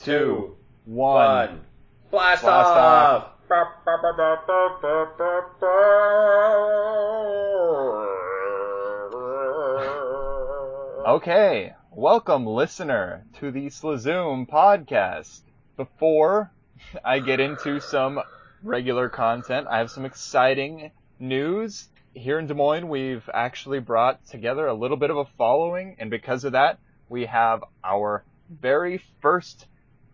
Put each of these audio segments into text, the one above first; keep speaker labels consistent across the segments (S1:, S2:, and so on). S1: two,
S2: one.
S1: Blast,
S2: Blast
S1: off!
S2: off. Okay, welcome, listener, to the Slazoom podcast. Before I get into some regular content, I have some exciting news. Here in Des Moines, we've actually brought together a little bit of a following, and because of that, we have our very first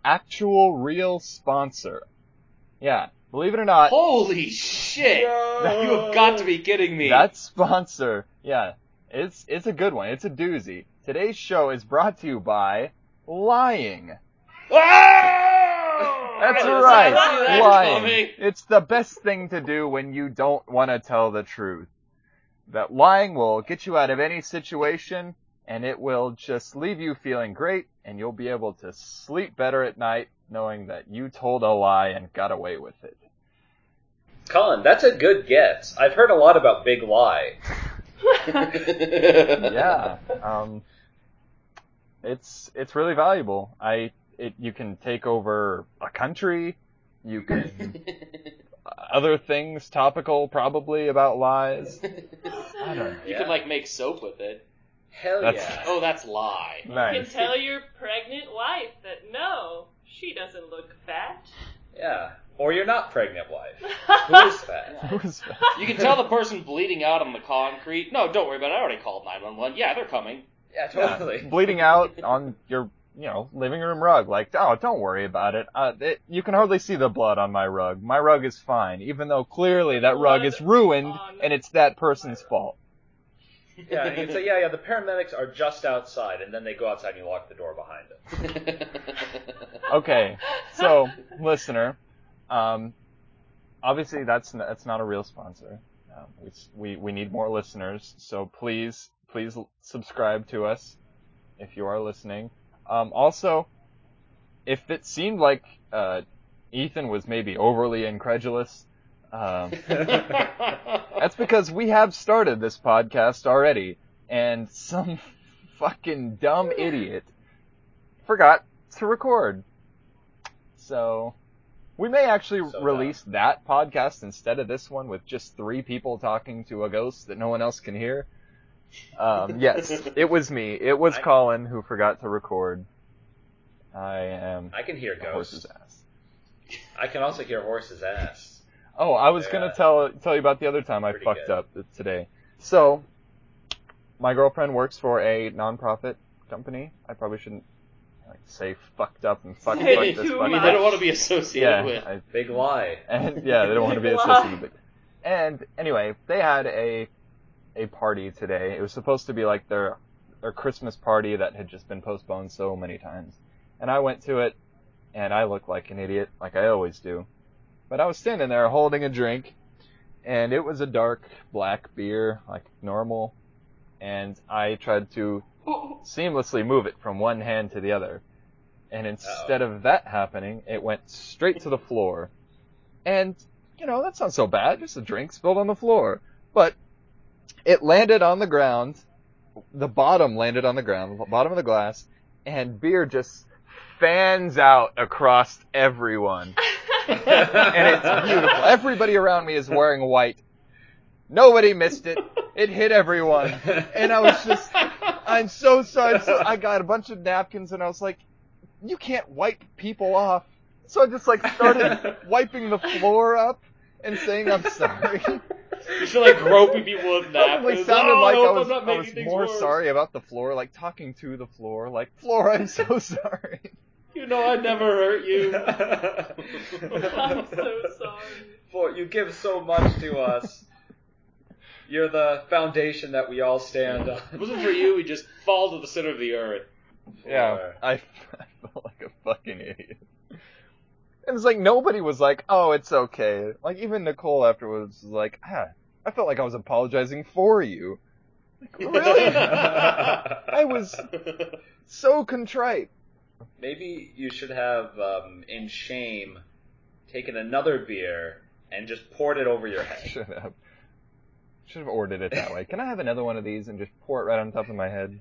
S2: actual real sponsor. Yeah, believe it or not,
S3: Holy shit! You have got to be kidding me.
S2: That sponsor, yeah, it's it's a good one. It's a doozy. Today's show is brought to you by lying.
S3: Oh!
S2: That's
S3: I didn't
S2: right,
S3: see that
S2: lying.
S3: coming.
S2: It's the best thing to do when you don't want to tell the truth. That lying will get you out of any situation, and it will just leave you feeling great, and you'll be able to sleep better at night knowing that you told a lie and got away with it.
S1: Colin, that's a good guess. I've heard a lot about Big Lie.
S2: yeah. Um, it's it's really valuable. I it you can take over a country. You can other things topical probably about lies. I don't know.
S3: You can like make soap with it.
S1: Hell
S2: That's-
S1: yeah.
S3: Oh, that's lie.
S4: You can
S2: Nice.
S4: tell your pregnant wife that no, she doesn't look fat.
S1: Yeah. Or you're not pregnant wife. Who is that?
S3: You can tell the person bleeding out on the concrete. No, don't worry about it. I already called 911. Yeah, they're coming.
S1: Yeah,
S2: Yeah,
S1: totally.
S2: bleeding out on your you know living room rug. Like oh, don't worry about it. Uh, it. You can hardly see the blood on my rug. My rug is fine, even though clearly that rug is
S4: Blood
S2: ruined
S4: on-
S2: and it's that person's fault.
S1: Yeah, you can say, yeah, yeah, the paramedics are just outside, and then they go outside and you lock the door behind them.
S2: okay, so listener, um, obviously that's n- that's not a real sponsor. Um, we, s- we we need more listeners, so please please l- subscribe to us if you are listening. Um, also, if it seemed like uh, Ethan was maybe overly incredulous, um, that's because we have started this podcast already, and some fucking dumb idiot forgot to record. So, we may actually
S1: So
S2: release that podcast instead of this one with just three people talking to a ghost that no one else can hear. Um, yes, it was me. It was
S1: I-
S2: Colin who forgot to record. I am
S1: I can hear
S2: a horse's
S1: ghosts.
S2: ass.
S1: I can also hear horse's ass.
S2: Oh, I was
S1: Yeah.
S2: gonna tell tell you about the other time I
S1: Pretty
S2: fucked
S1: good.
S2: up th- today. So, my girlfriend works for a nonprofit company. I probably shouldn't like say fucked up and fuck, fuck
S3: Hey,
S2: this,
S4: too
S2: fuck
S3: You
S4: much.
S2: that.
S3: don't want to be associated
S2: Yeah,
S3: with.
S2: I-
S1: Big lie.
S2: and yeah, they don't want to be
S4: Wow.
S2: associated with it. And anyway, they had a a party today. It was supposed to be like their their Christmas party that had just been postponed so many times. And I went to it and I looked like an idiot, like I always do. But I was standing there holding a drink and it was a dark black beer, like normal. And I tried to seamlessly move it from one hand to the other. And instead of that happening, it went straight to the floor. And, you know, that's not so bad. Just a drink spilled on the floor. But it landed on the ground. The bottom landed on the ground, the bottom of the glass, and beer just fans out across everyone. And it's beautiful. Everybody around me is wearing white. Nobody missed it. It hit everyone. And I was just I'm so sorry. I'm so- I got a bunch of napkins and I was like, you can't wipe people off. So I just like started wiping the floor up and saying I'm sorry.
S3: You should like groping people with napkins.
S2: Probably sounded
S3: oh,
S2: like
S3: I
S2: I
S3: hope
S2: was,
S3: I'm not
S2: I
S3: making
S2: was
S3: things
S2: more
S3: worse.
S2: sorry about the floor, like talking to the floor, like floor, I'm so sorry.
S3: You know I never hurt you.
S4: I'm so sorry.
S1: For you give so much to us. You're the foundation that we all stand on.
S3: If it wasn't for you, we just fall to the center of the earth.
S2: Yeah, I, I felt like a fucking idiot. It was like nobody was like, "Oh, it's okay." Like even Nicole afterwards was like, "Ah, I felt like I was apologizing for you." Like, really? I was so contrite.
S1: Maybe you should have, um, in shame, taken another beer and just poured it over your head.
S2: Should have should have ordered it that way. Can I have another one of these and just pour it right Oh, on top of my head?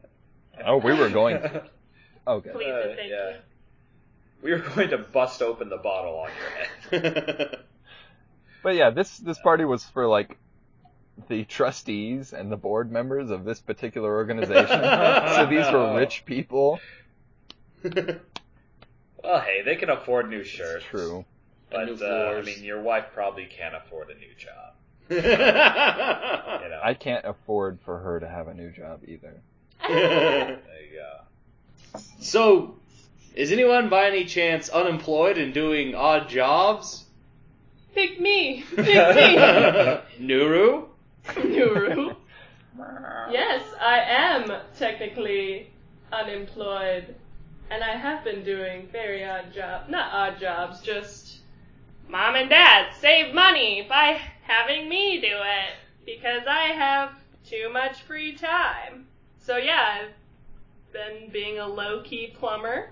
S2: Oh, we were going. To. Okay.
S4: Please and thank
S1: yeah.
S4: you.
S1: We were going to bust open the bottle on your head.
S2: But yeah, this this party was for like the trustees and the board members of this particular organization. so these were rich people.
S1: Well, hey, they can afford new shirts.
S2: It's true.
S1: But
S3: new
S1: uh, I
S3: floors.
S1: mean, your wife probably can't afford a new job. You know.
S2: I can't afford for her to have a new job either.
S1: There you go.
S3: so, is anyone by any chance unemployed and doing odd jobs?
S4: Pick me. Pick me.
S3: Nuru?
S4: Nuru. Yes, I am technically unemployed, and I have been doing very odd jobs. Not odd jobs, just mom and dad save money by having me do it because I have too much free time. So yeah, I've been being a low key plumber.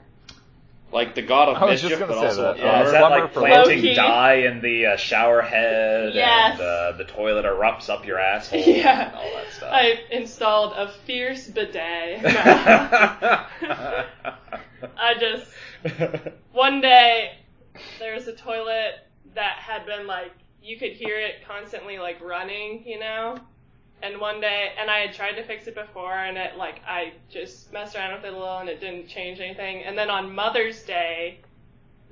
S3: Like the god
S2: I
S3: of
S2: was just
S3: mischief,
S2: gonna
S3: but
S2: say
S3: also
S2: that.
S3: a
S2: Yeah,
S1: Yeah,
S3: plumber.
S1: is
S2: Uh,
S1: that
S2: plumber
S1: like
S2: for
S1: planting
S4: Loki.
S1: dye in the uh, shower head
S4: Yes.
S1: and uh, the toilet erupts up your asshole
S4: Yeah.
S1: and all that stuff?
S4: I've installed a fierce bidet. I just one day there was a toilet that had been like you could hear it constantly like running, you know. And one day, and I had tried to fix it before, and it like I just messed around with it a little, and it didn't change anything. And then on Mother's Day,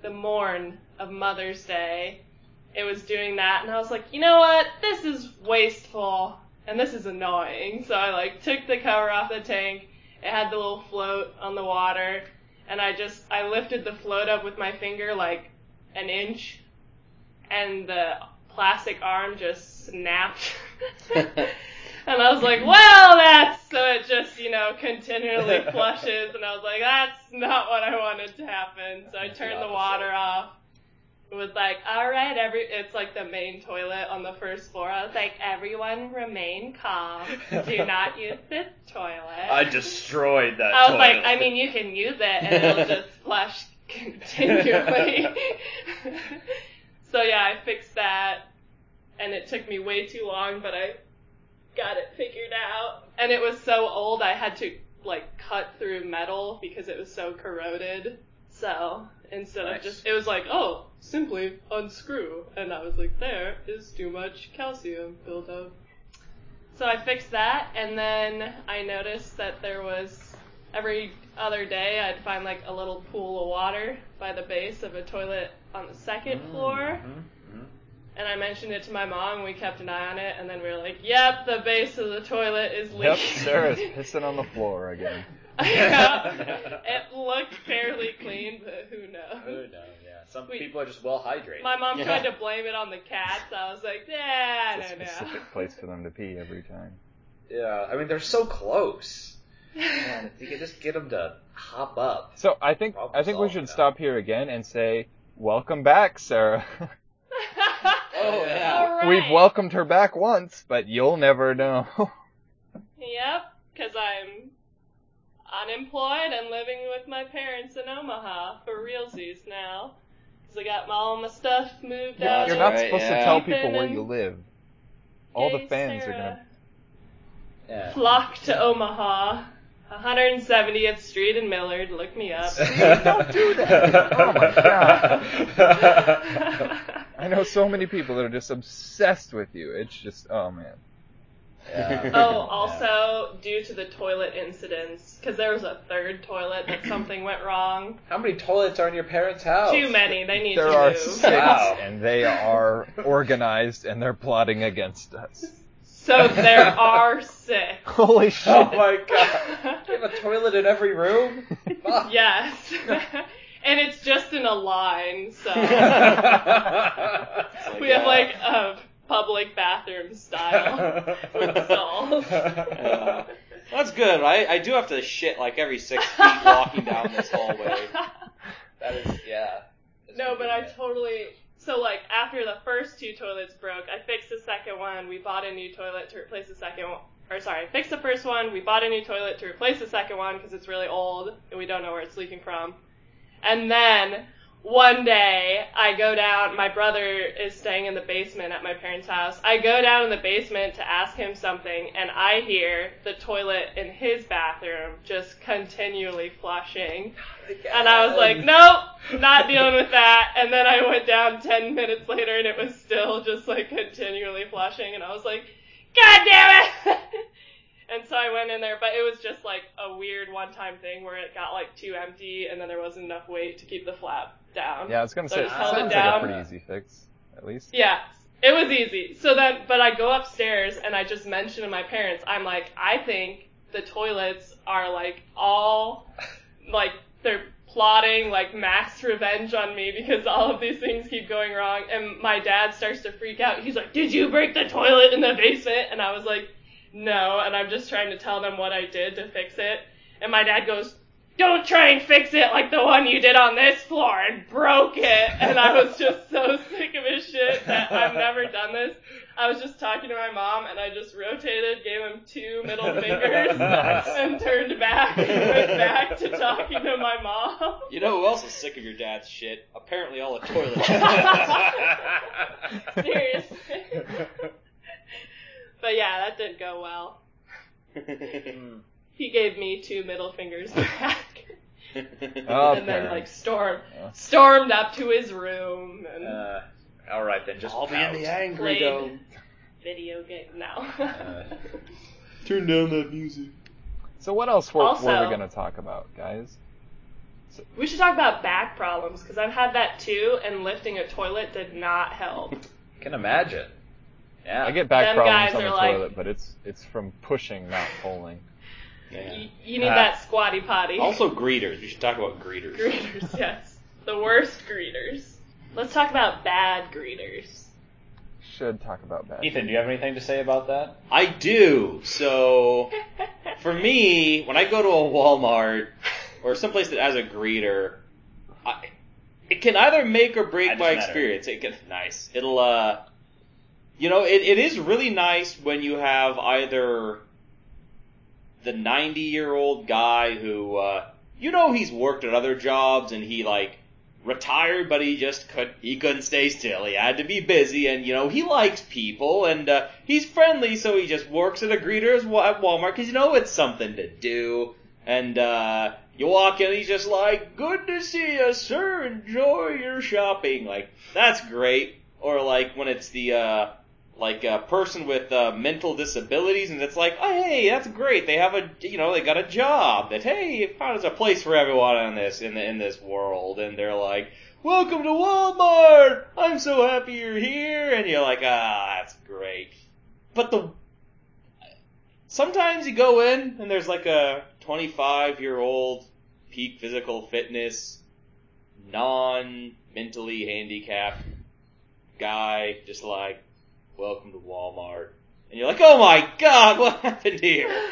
S4: the morn of Mother's Day, it was doing that, and I was like, you know what? This is wasteful, and this is annoying. So I like took the cover off the tank. It had the little float on the water, and I just I lifted the float up with my finger like an inch, and the plastic arm just snapped. And I was like, well, that's so it just, you know, continually flushes. And I was like, that's not what I wanted to happen. So I
S1: That's
S4: turned
S1: the
S4: the water off. It was like, all right, every, it's like the main toilet on the first floor. I was like, everyone remain calm. Do not use this toilet.
S1: I destroyed that.
S4: I was like,
S1: toilet.
S4: I mean, you can use it and it'll just flush continually. so yeah, I fixed that, and it took me way too long, but I got it figured out. And it was so old, I had to like cut through metal because it was so corroded. So instead
S1: Nice.
S4: of just, it was like, oh, simply unscrew, and I was like, there is too much calcium built up. So I fixed that, and then I noticed that there was every other day I'd find like a little pool of water by the base of a toilet on the second floor.
S1: Mhm, mhm.
S4: And I mentioned it to my mom, and we kept an eye on it, and then we were like, "Yep, the base of the toilet is leaking."
S2: Yep, Sarah is pissing on the floor again.
S4: Yeah. it looked fairly clean, but who knows?
S1: Who knows, yeah. Some
S4: We-
S1: people are just well hydrated.
S4: My mom
S3: Yeah.
S4: tried to blame it on the cats. I was like, "Yeah,
S2: It's a
S4: I don't
S2: specific
S4: know."
S2: place for them to pee every time.
S1: Yeah, I mean they're so close.
S2: Oh,
S1: Man, if you could just get them to hop up.
S2: So I think
S1: Problem
S2: I think we
S1: solved
S2: should
S1: now.
S2: stop here again and say welcome back, Sarah.
S3: Oh, yeah.
S4: All right.
S2: We've welcomed her back once, but you'll never know.
S4: Yep, because I'm unemployed and living with my parents in Omaha for realsies now. Because I got all my stuff moved
S3: Yeah,
S4: out.
S2: You're
S3: that's
S2: not
S3: right,
S2: supposed
S3: yeah.
S2: to tell people where
S4: Ethan
S2: you
S4: and
S2: live. All the
S4: Hey,
S2: fans
S4: Sarah.
S2: are gonna
S1: Yeah.
S4: flock to Omaha. 170th Street in Millard. Look me up.
S2: Don't do that. Oh my
S1: god.
S2: I know so many people that are just obsessed with you. It's just, oh man.
S4: oh, also due to the toilet incidents, because there was a third toilet that something went wrong.
S1: How many toilets are in your parents'
S5: Oh,
S1: house?
S4: Too many. They need
S2: There
S4: to
S2: are
S4: move.
S2: six,
S1: Wow.
S2: and they are organized, and they're plotting against us.
S4: So there are six.
S2: Holy
S1: Oh
S2: shit!
S1: my god. You have a toilet in every room? Fuck.
S4: Yes. and it's just in a line, so
S5: Oh
S4: we have like a public bathroom style stall.
S3: Yeah. That's good. I, I do have to shit like every six feet walking down this hallway.
S1: That is, yeah.
S4: no, but I totally so like after the first two toilets broke, I fixed the second one. We bought a new toilet to replace the second one. Or sorry, I fixed the first one. We bought a new toilet to replace the second one because it's really old and we don't know where it's leaking from. And then one day I go down, my brother is staying in the basement at my parents' house. I go down in the basement to ask him something, and I hear the toilet in his bathroom just continually flushing. And I was like, nope, not dealing with that. And then I went down 10 minutes later and it was still just like continually flushing. And I was like, God damn it! and so I went in there, but it was just like a weird one time thing where it got like too empty and then there wasn't enough weight to keep the flap down.
S2: Yeah, I was gonna
S4: So
S2: say
S4: I
S2: it
S4: just held
S2: sounds
S4: it
S2: like a
S4: down.
S2: pretty easy fix, at least.
S4: Yeah, it was easy. So then, but I go upstairs and I just mention to my parents, I'm like, I think the toilets are like all, like they're plotting like mass revenge on me because all of these things keep going wrong. And my dad starts to freak out. He's like, Did you break the toilet in the basement? And I was like, No. And I'm just trying to tell them what I did to fix it. And my dad goes, don't try and fix it like the one you did on this floor and broke it. And I was just so sick of his shit that I've never done this. I was just talking to my mom and I just rotated, gave him two middle fingers,
S2: Nice.
S4: and turned back and went back to talking to my mom.
S3: You know who else is sick of your dad's shit? Apparently, all the toilets.
S4: Seriously. But yeah, that didn't go well.
S1: Hmm.
S4: He gave me two middle fingers back.
S2: Oh,
S4: and then like
S2: parents.
S4: storm
S2: Yeah.
S4: stormed up to his room and
S1: Uh, all right then, just
S3: I'll be
S1: pout.
S3: in the angry
S4: Played.
S3: dome.
S4: video game now.
S1: Uh,
S3: Turn down that music.
S2: So what else were, were
S4: Also-
S2: we gonna talk about, guys?
S4: We should talk about back problems because I've had that too, and lifting a toilet did not help.
S1: can imagine. Yeah.
S2: I get back
S4: Them
S2: problems
S4: guys
S2: on the
S4: are like-
S2: toilet, but it's it's from pushing, not pulling.
S4: You,
S3: Yeah.
S4: you need
S1: Ah.
S4: that squatty potty.
S3: Also, greeters. We should talk about greeters.
S4: greeters, yes, the worst greeters. Let's talk about bad greeters.
S2: Should talk about that.
S1: Ethan, do you have anything to say about that?
S3: I do. So, for me, when I go to a Walmart or someplace that has a greeter, I, it can either make or
S1: I
S3: break
S1: just
S3: my
S1: met her.
S3: experience. It can nice. It'll uh, you know, it, it is really nice when you have either the ninety year old guy who uh, you know he's worked at other jobs and he like retired, but he just could he couldn't stay still. He had to be busy, and you know he likes people, and uh, he's friendly, so he just works at a greeter as wa- at Walmart because you know it's something to do. And uh, you walk in, he's just like, "Good to see you, sir. Enjoy your shopping." Like that's great. Or like when it's the uh, like a person with uh, mental disabilities, and it's like, "Oh, hey, that's great. They have a you know they got a job. That hey, there's a place for everyone in this in the, in this world." And they're like, "Welcome to Walmart. I'm so happy you're here." And you're like, "Ah, that's great." But the sometimes you go in and there's like a 25 year old peak physical fitness non mentally handicapped guy just like welcome to walmart and you're like oh my god what happened here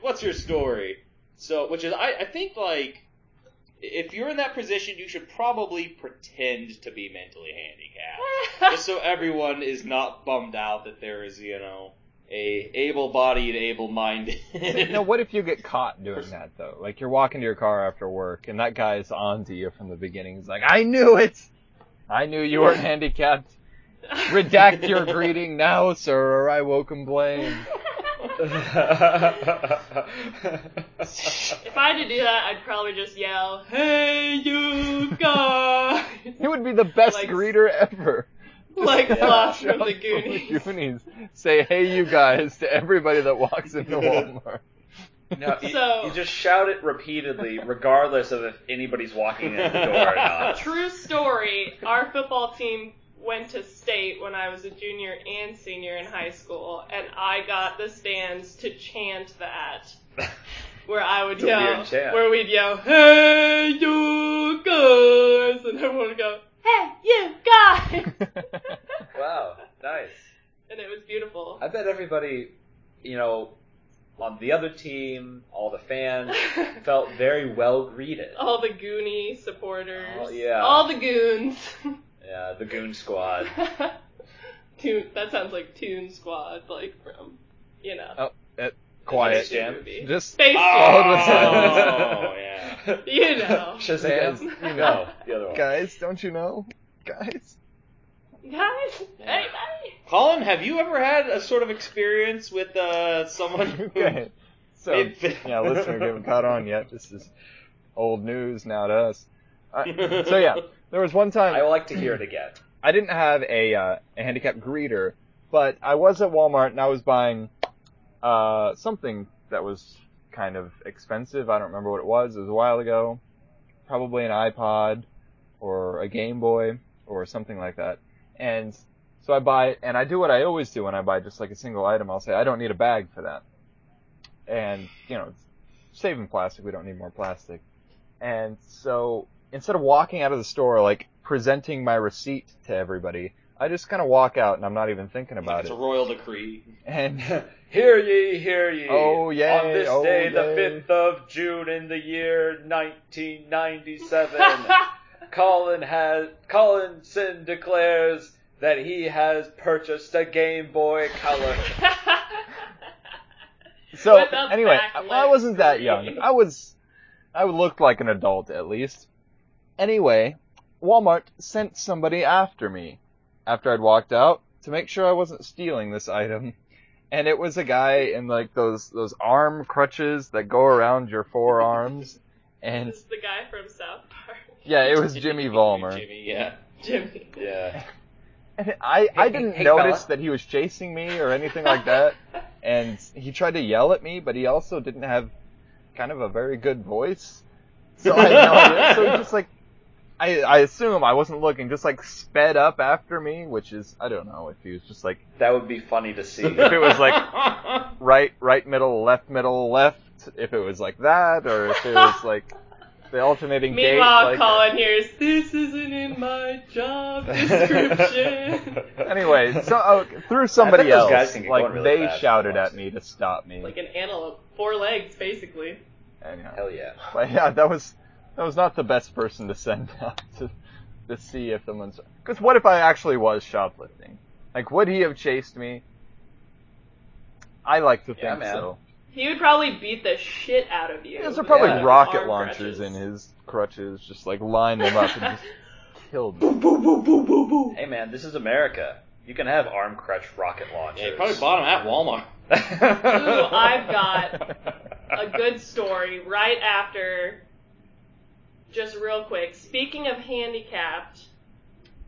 S3: What's your story? So, which is, I, I think, like, if you're in that position, you should probably pretend to be mentally handicapped. just so everyone is not bummed out that there is, you know, a able-bodied, able-minded.
S2: now, what if you get caught doing that though? Like you're walking to your car after work, and that guy's on to you from the beginning. He's like, "I knew it. I knew you weren't handicapped. Redact your greeting now, sir, or I will complain."
S4: if I had to do that, I'd probably just yell, "Hey, you guys!"
S2: He would be the best
S4: Like-
S2: greater greeter ever.
S4: like
S1: Yeah.
S4: Flash from
S2: From
S4: the Goonies.
S2: Goonies. Say, "Hey, you guys!" to everybody that walks into Walmart.
S1: No, you,
S4: So-
S1: you just shout it repeatedly, regardless of if anybody's walking in the door or not.
S4: True story. Our football team went to state when I was a junior and senior in high school, and I got the stands to chant that. Where I would
S1: It's a
S4: yell,
S1: weird chant.
S4: where we'd yell, "Hey, you guys!" and everyone would go, "Hey, you guys!"
S1: Wow, nice.
S4: and it was beautiful.
S1: I bet everybody, you know, on the other team, all the fans, felt very well greeted.
S4: All the Goonie supporters,
S1: Oh, yeah.
S4: all the goons.
S1: Yeah, the Goon Squad.
S4: Toon, that sounds like Toon Squad, like from, you know.
S2: Oh, uh,
S1: Quiet
S2: quiet.
S4: Space
S1: Jam.
S4: Movie.
S2: Just
S4: Space
S3: oh,
S4: Jam.
S2: Oh,
S3: yeah.
S4: You know.
S1: Shazam,
S4: Because-
S1: you know the other one.
S2: Guys, don't you know? Guys?
S4: Guys, anybody?
S3: Colin, have you ever had a sort of experience with uh, someone who
S2: okay. So,
S3: It-
S2: yeah, listener, we haven't caught on yet. This is old news now to us. Uh, so, yeah, there was one time.
S1: I would like to hear it again.
S2: I didn't have a uh, a handicap greeter, but I was at Walmart and I was buying uh, something that was kind of expensive. I don't remember what it was. It was a while ago, probably an iPod or a Game Boy or something like that. And so I buy it, and I do what I always do when I buy just like a single item. I'll say I don't need a bag for that, and you know, it's saving plastic. We don't need more plastic. And so instead of walking out of the store like presenting my receipt to everybody, I just kind of walk out and I'm not even thinking about
S3: it's
S2: it.
S3: a royal decree.
S2: And
S1: Hear ye, hear ye.
S2: Oh, yay,
S1: On this
S2: oh,
S1: day,
S2: yay.
S1: the 5th of June in the year 1997, Colin has Collinson declares that he has purchased a Game Boy Color.
S2: so
S4: With a
S2: anyway,
S4: back
S2: I,
S4: leg
S2: I wasn't that
S4: three.
S2: young. I was, I looked like an adult at least. Anyway, Walmart sent somebody after me after I'd walked out to make sure I wasn't stealing this item. And it was a guy in like those those arm crutches that go around your forearms, and
S4: This is the guy from South Park,
S2: yeah, it was Jimmy Vollmer.
S3: Jimmy, yeah.
S4: Jimmy.
S1: Yeah.
S2: And I, I
S1: hey,
S2: didn't
S1: hey,
S2: notice
S1: fella.
S2: that he was chasing me or anything like that. and he tried to yell at me, but he also didn't have kind of a very good voice. So I had no idea. So he just like, I, I assume I wasn't looking, just like sped up after me, which is, I don't know if he was just like
S1: That would be funny to see.
S2: it was like- right, right middle, left middle, left, if it was like that, or if it was like the alternating gate.
S4: Meanwhile,
S2: like-
S4: Colin hears, "This isn't in my job description."
S2: Anyway, so oh, through somebody
S1: those
S2: else,
S1: guys can get
S2: like
S1: going really
S2: they
S1: fast
S2: shouted
S1: sometimes.
S2: at me to stop me.
S4: like an antelope, four legs, basically.
S2: and, you know,
S1: Hell yeah.
S2: But yeah, that was that was not the best person to send out to to see if someone's because what if I actually was shoplifting? Like, would he have chased me? I like to think
S1: Yeah, man.
S2: so.
S4: He would probably beat the shit out of you.
S2: There's probably
S1: Yeah.
S2: rocket
S4: Arm
S2: launchers
S4: crutches.
S2: in his crutches, just like line them up and just killed me.
S1: Hey man, this is America. You can have arm crutch rocket launchers.
S3: Yeah, you probably bought him at Walmart.
S4: Ooh, I've got a good story right after. Just real quick. Speaking of handicapped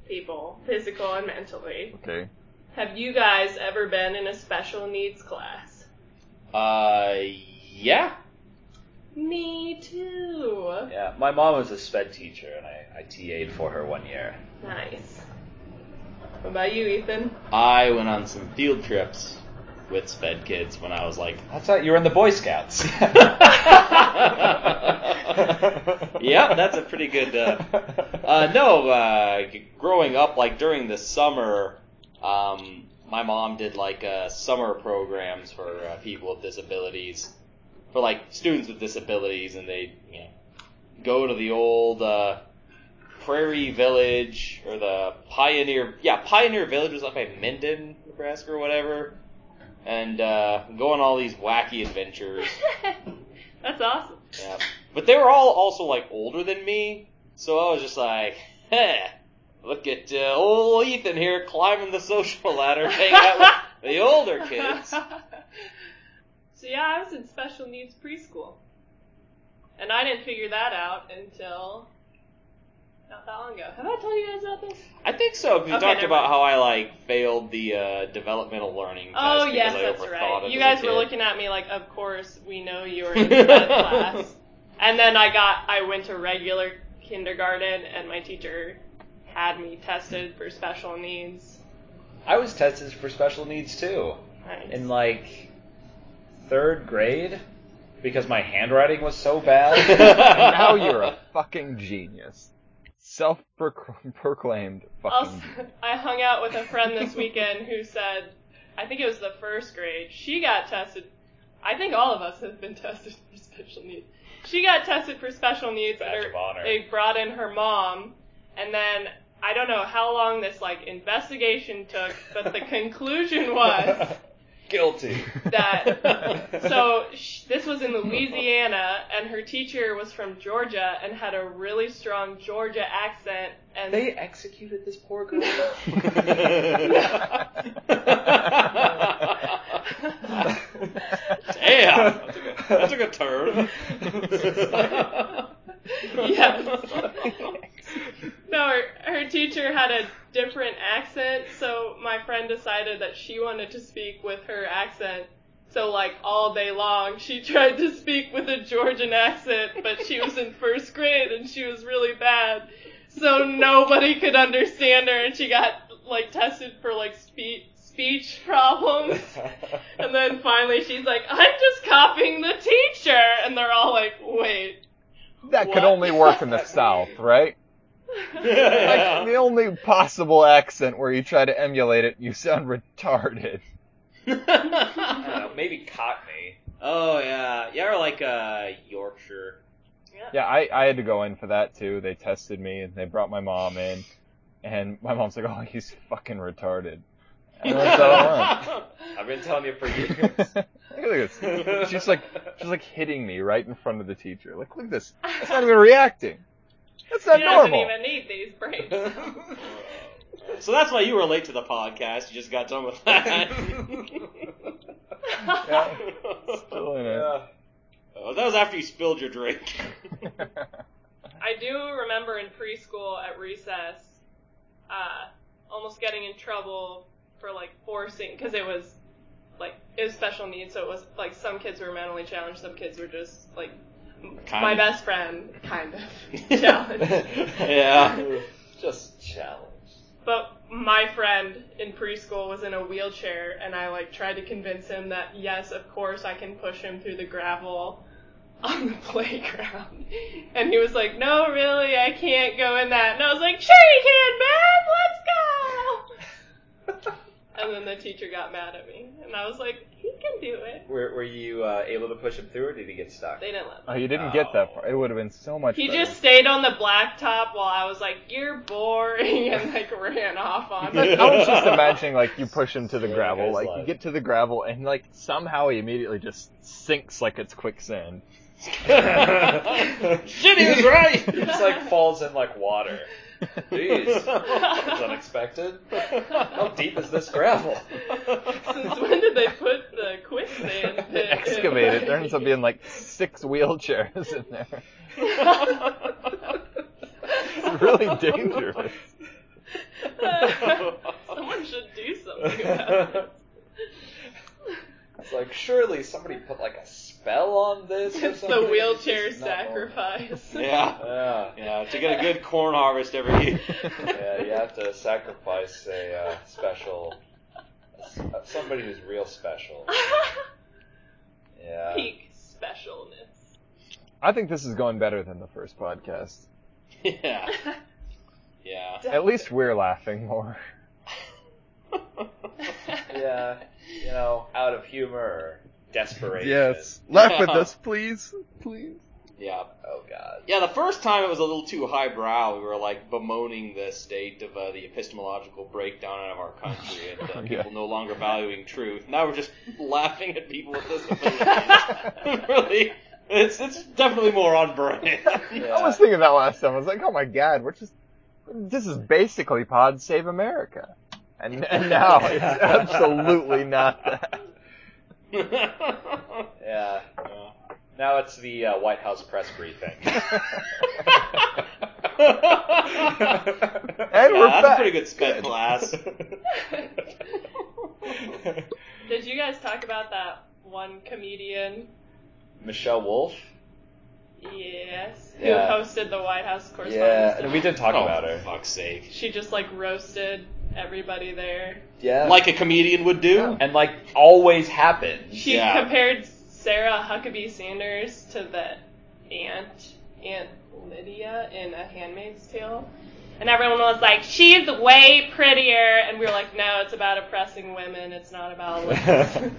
S4: people, physical and mentally,
S2: Okay.
S4: have you guys ever been in a special needs class?
S3: Uh, yeah.
S4: Me too.
S1: Yeah, my mom was a sped teacher, and I, I TA'd for her one year.
S4: Nice. What about you, Ethan?
S3: I went on some field trips with sped kids when I was like.
S1: That's that. You were in the Boy Scouts.
S3: yeah, that's a pretty good. Uh, uh, no, uh, g- growing up, like during the summer, um, my mom did like uh, summer programs for uh, people with disabilities, for like students with disabilities, and they you know go to the old uh, Prairie Village or the Pioneer, yeah, Pioneer Village was up by Minden, Nebraska, or whatever, and uh, go on all these wacky adventures.
S4: That's awesome.
S3: Yeah. But they were all also like older than me, so I was just like, heh, look at uh, old Ethan here climbing the social ladder, hanging out with the older kids.
S4: so yeah, I was in special needs preschool, and I didn't figure that out until not that long ago. Have I told you guys about this?
S3: I think so. 'cause You
S4: Okay,
S3: talked
S4: never
S3: about
S4: mind.
S3: how I like failed the uh, developmental learning test
S4: oh
S3: because
S4: yes,
S3: I
S4: that's
S3: overthought
S4: right.
S3: it
S4: You
S3: as a
S4: guys were
S3: kid.
S4: looking at me like, of course we know you're in that class. And then I got, I went to regular kindergarten, and my teacher had me tested for special needs.
S1: I was tested for special needs too
S4: Nice.
S1: in like third grade because my handwriting was so bad.
S2: And now you're a fucking genius, self-proclaimed fucking.
S4: Also,
S2: genius.
S4: I hung out with a friend this weekend who said, I think it was the first grade. She got tested. I think all of us have been tested for special needs. She got tested for special needs, and
S1: Badge
S4: her-
S1: of honor.
S4: they brought in her mom, and then I don't know how long this like investigation took, but the conclusion was
S1: Guilty.
S4: that so sh- this was in Louisiana, and her teacher was from Georgia and had a really strong Georgia accent. And
S5: They executed this poor girl.
S3: Damn, that took a, that took a turn.
S4: Yes. no, her, her teacher had a different accent, so my friend decided that she wanted to speak with her accent. So like all day long, she tried to speak with a Georgian accent, but she was in first grade and she was really bad. So nobody could understand her, and she got like tested for like spe- speech problems. And then finally, she's like, "I'm just copying the teacher," and they're all like, "Wait."
S2: That
S4: What?
S2: could only work in the South, right?
S3: Yeah.
S2: Like, the only possible accent where you try to emulate it, you sound retarded.
S5: I don't know, maybe Cockney.
S3: oh yeah, yeah, or like uh, Yorkshire.
S2: Yeah, I, I had to go in for that too. They tested me and they brought my mom in, and my mom's like, "Oh, he's fucking retarded." And that's all I
S5: I've been telling you for
S2: learned.
S5: years.
S2: Look at this. She's like, she's like hitting me right in front of the teacher. Like, look at this. That's not even reacting. That's not
S4: He doesn't
S2: normal.
S4: even need these breaks.
S3: so that's why you were late to the podcast. You just got done with that.
S2: Yeah. Still in it.
S5: Yeah.
S3: Oh, that was after you spilled your drink.
S4: I do remember in preschool at recess, uh, almost getting in trouble for like forcing because it was like it was special needs, so it was like some kids were mentally challenged, some kids were just like
S3: Kind
S4: my
S3: of.
S4: best friend, kind of challenged.
S3: yeah.
S5: Just challenge.
S4: But my friend in preschool was in a wheelchair, and I like tried to convince him that yes, of course I can push him through the gravel on the playground. And he was like, "No, really, I can't go in that." And I was like, "Sure you can, man. Let's go." and then the teacher got mad at me, and I was like, "He can do it."
S5: Were, were you uh, able to push him through, or did he get stuck?
S4: They didn't let
S2: Oh,
S4: me.
S2: you didn't get that far. It would have been so much.
S4: He
S2: better.
S4: just stayed on the blacktop while I was like, "You're boring," and like ran off on me.
S2: I was just imagining like you push him to the
S5: Yeah,
S2: gravel,
S5: guy's
S2: like you
S5: live.
S2: get to the gravel, and like somehow he immediately just sinks like it's quicksand.
S3: Shit, he was right.
S5: He just like falls in like water. Jeez, that was unexpected. How deep is this gravel?
S4: Since when did they put the quicksand
S2: They
S4: pit?
S2: excavate it. There ends up being like six wheelchairs in there. It's really dangerous.
S4: Someone should do something about it.
S5: It's like surely somebody put like a spell on this. or
S4: It's
S5: something.
S4: the wheelchair
S5: It's just not normal.
S4: sacrifice.
S3: yeah.
S5: Yeah,
S3: Yeah, to get a good corn harvest every year.
S5: yeah. You have to sacrifice a uh, special, somebody who's real special. Yeah.
S4: Peak specialness.
S2: I think this is going better than the first podcast.
S3: yeah. Yeah.
S2: At least we're laughing more.
S5: Yeah. You know, out of humor, or desperation.
S3: Laugh with us,
S2: please, please.
S3: Yeah.
S5: Oh God.
S3: Yeah, the first time it was a little too highbrow. We were like bemoaning the state of uh, the epistemological breakdown of our country and uh,
S2: Yeah.
S3: people no longer valuing truth. Now we're just laughing at people with disabilities. really, it's it's definitely more on brand.
S2: I was thinking that last time. I was like, oh my god, we're just this is basically Pod Save America, and and now it's absolutely not that.
S3: yeah.
S5: Yeah. Now it's the uh, White House press briefing.
S2: And
S3: Yeah,
S2: we're
S3: that's a
S2: back.
S3: pretty good sped class.
S4: Did you guys talk about that one comedian?
S5: Michelle Wolf.
S4: Yes.
S5: Yeah.
S4: Who hosted the White House correspondence?
S5: Yeah, and we did talk
S3: oh,
S5: about her.
S3: For fuck's sake.
S4: She just like roasted everybody there.
S5: Yeah.
S3: Like a comedian would do.
S2: Yeah.
S5: and like always happens.
S4: She
S3: Yeah.
S4: compared Sarah Huckabee Sanders to the aunt, Aunt Lydia in A Handmaid's Tale. And everyone was like, she's way prettier. And we were like, no, it's about oppressing women. It's not about looks.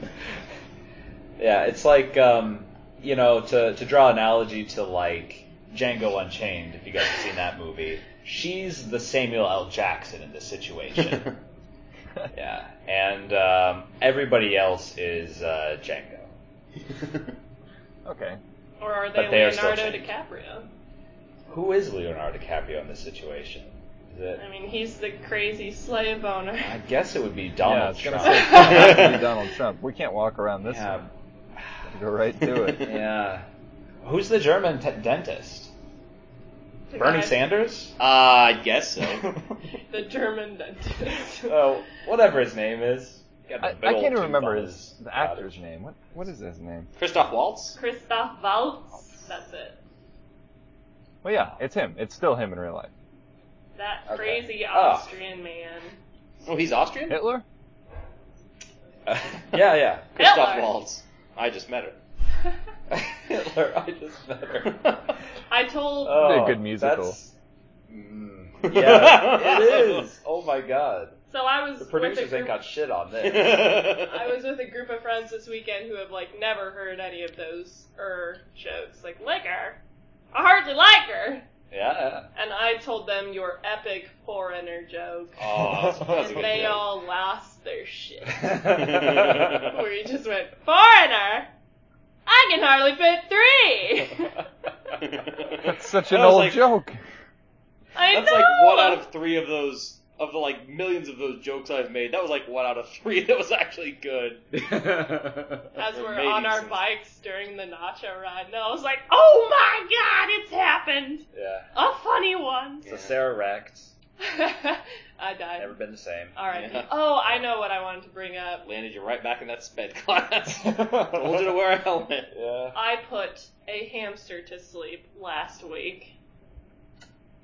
S5: yeah, it's like um, you know, to to draw analogy to like Django Unchained, if you guys have seen that movie. She's the Samuel L. Jackson in this situation. yeah, and um, everybody else is uh, Django.
S2: Okay.
S4: Or are they,
S5: But they are still
S4: Leonardo
S5: changed.
S4: DiCaprio?
S5: Who is Leonardo DiCaprio in this situation? Is it?
S4: I mean, he's the crazy slave owner.
S5: I guess it would be
S2: yeah, I
S5: Donald
S2: was
S5: Trump.
S2: gonna say it has to be Donald Trump. We can't walk around this.
S5: yeah.
S2: one. Go right to it.
S5: yeah. Who's the German t- dentist?
S4: The
S5: Bernie
S4: guy-
S5: Sanders?
S3: Uh, I guess so.
S4: The German dentist.
S5: oh, whatever his name is. Got a
S2: I, I
S5: big
S2: can't
S5: old
S2: even
S5: tooth
S2: remember
S5: on
S2: his the actor's name. What what is his name?
S3: Christoph Waltz.
S4: Christoph Waltz. That's it.
S2: Well, yeah, it's him. It's still him in real life.
S4: That
S5: Okay.
S4: crazy
S5: Oh.
S4: Austrian man.
S3: Oh, he's Austrian.
S2: Hitler.
S5: Yeah, yeah.
S3: Christoph
S4: Hitler.
S3: Waltz. I just met her.
S5: Hitler, I just met her. Oh,
S4: I told
S3: Uh,
S2: That'd be a good musical.
S5: that's- Mm, yeah, it is. Oh my god.
S4: so I was
S5: The
S4: with
S5: producers
S4: a
S5: ain't
S4: group,
S5: got shit on this.
S4: I
S3: I
S4: was with a group of friends this weekend who have like never heard any of those er jokes like liquor. I hardly like her.
S5: Yeah.
S4: And I told them your epic foreigner joke.
S3: Oh, that's, that's a
S4: and
S3: good
S4: they
S3: joke.
S4: all lost their shit.
S5: yeah,
S4: Where you just went, Foreigner? I can hardly fit three!
S2: That's such an
S3: That was
S2: old
S3: like-
S2: joke.
S4: I
S3: That's
S4: know!
S3: like one out of three of those of the like millions of those jokes I've made. That was like one out of three that was actually good.
S4: As
S3: Or
S4: we're
S3: maybe
S4: on our
S3: since-
S4: bikes during the nacho ride, and I was like, oh my god, it's happened! A funny one!
S5: So Sarah wrecked.
S4: I died.
S5: Never been the same.
S4: Alright.
S3: Yeah.
S4: Oh, I know what I wanted to bring up.
S3: landed you right back in that sped class. Told you to wear a helmet.
S5: Yeah.
S4: I put a hamster to sleep last week.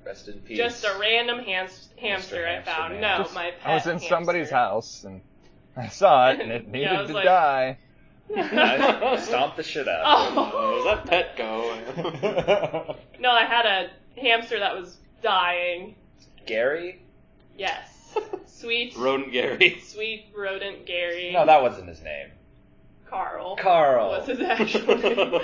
S5: Rest in peace.
S4: Just a random ham- hamster I
S5: Hamster
S4: found.
S5: Man.
S4: No,
S2: Just-
S4: my pet.
S2: I was in
S4: hamster.
S2: somebody's house and I saw it and it needed
S4: Yeah, I was
S2: to
S4: like-
S2: die.
S5: I stomped the shit out. of
S4: Oh.
S3: Uh, is that Petco?
S5: it.
S4: No, I had a hamster that was dying.
S5: Gary?
S4: Yes. Sweet.
S3: Rodent Gary.
S4: Sweet rodent Gary.
S5: No, that wasn't his name.
S4: Carl.
S5: Carl.
S4: Was his actual name.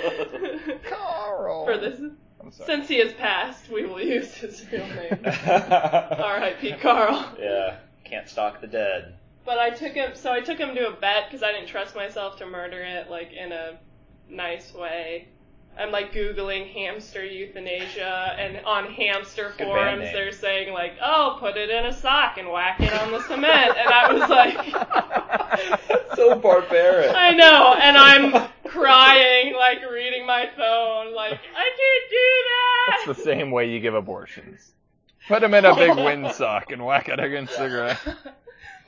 S2: Carl.
S4: For this,
S2: I'm sorry.
S4: since he has passed, we will use his real name. R.I.P.
S5: R.I.P.
S4: Carl.
S5: Yeah. Can't stalk the dead.
S4: But I took him, so I took him to a vet because I didn't trust myself to murder it like in a nice way. I'm like googling hamster euthanasia, and on hamster
S5: Good band
S4: forums
S5: name.
S4: they're saying like, "Oh, put it in a sock and whack it on the cement," and I was like,
S5: so barbaric.
S4: "I know," and I'm crying, like reading my phone, like, "I can't do
S2: That's
S4: that."
S2: the same way you give abortions. Put him in a big windsock and whack it against the ground.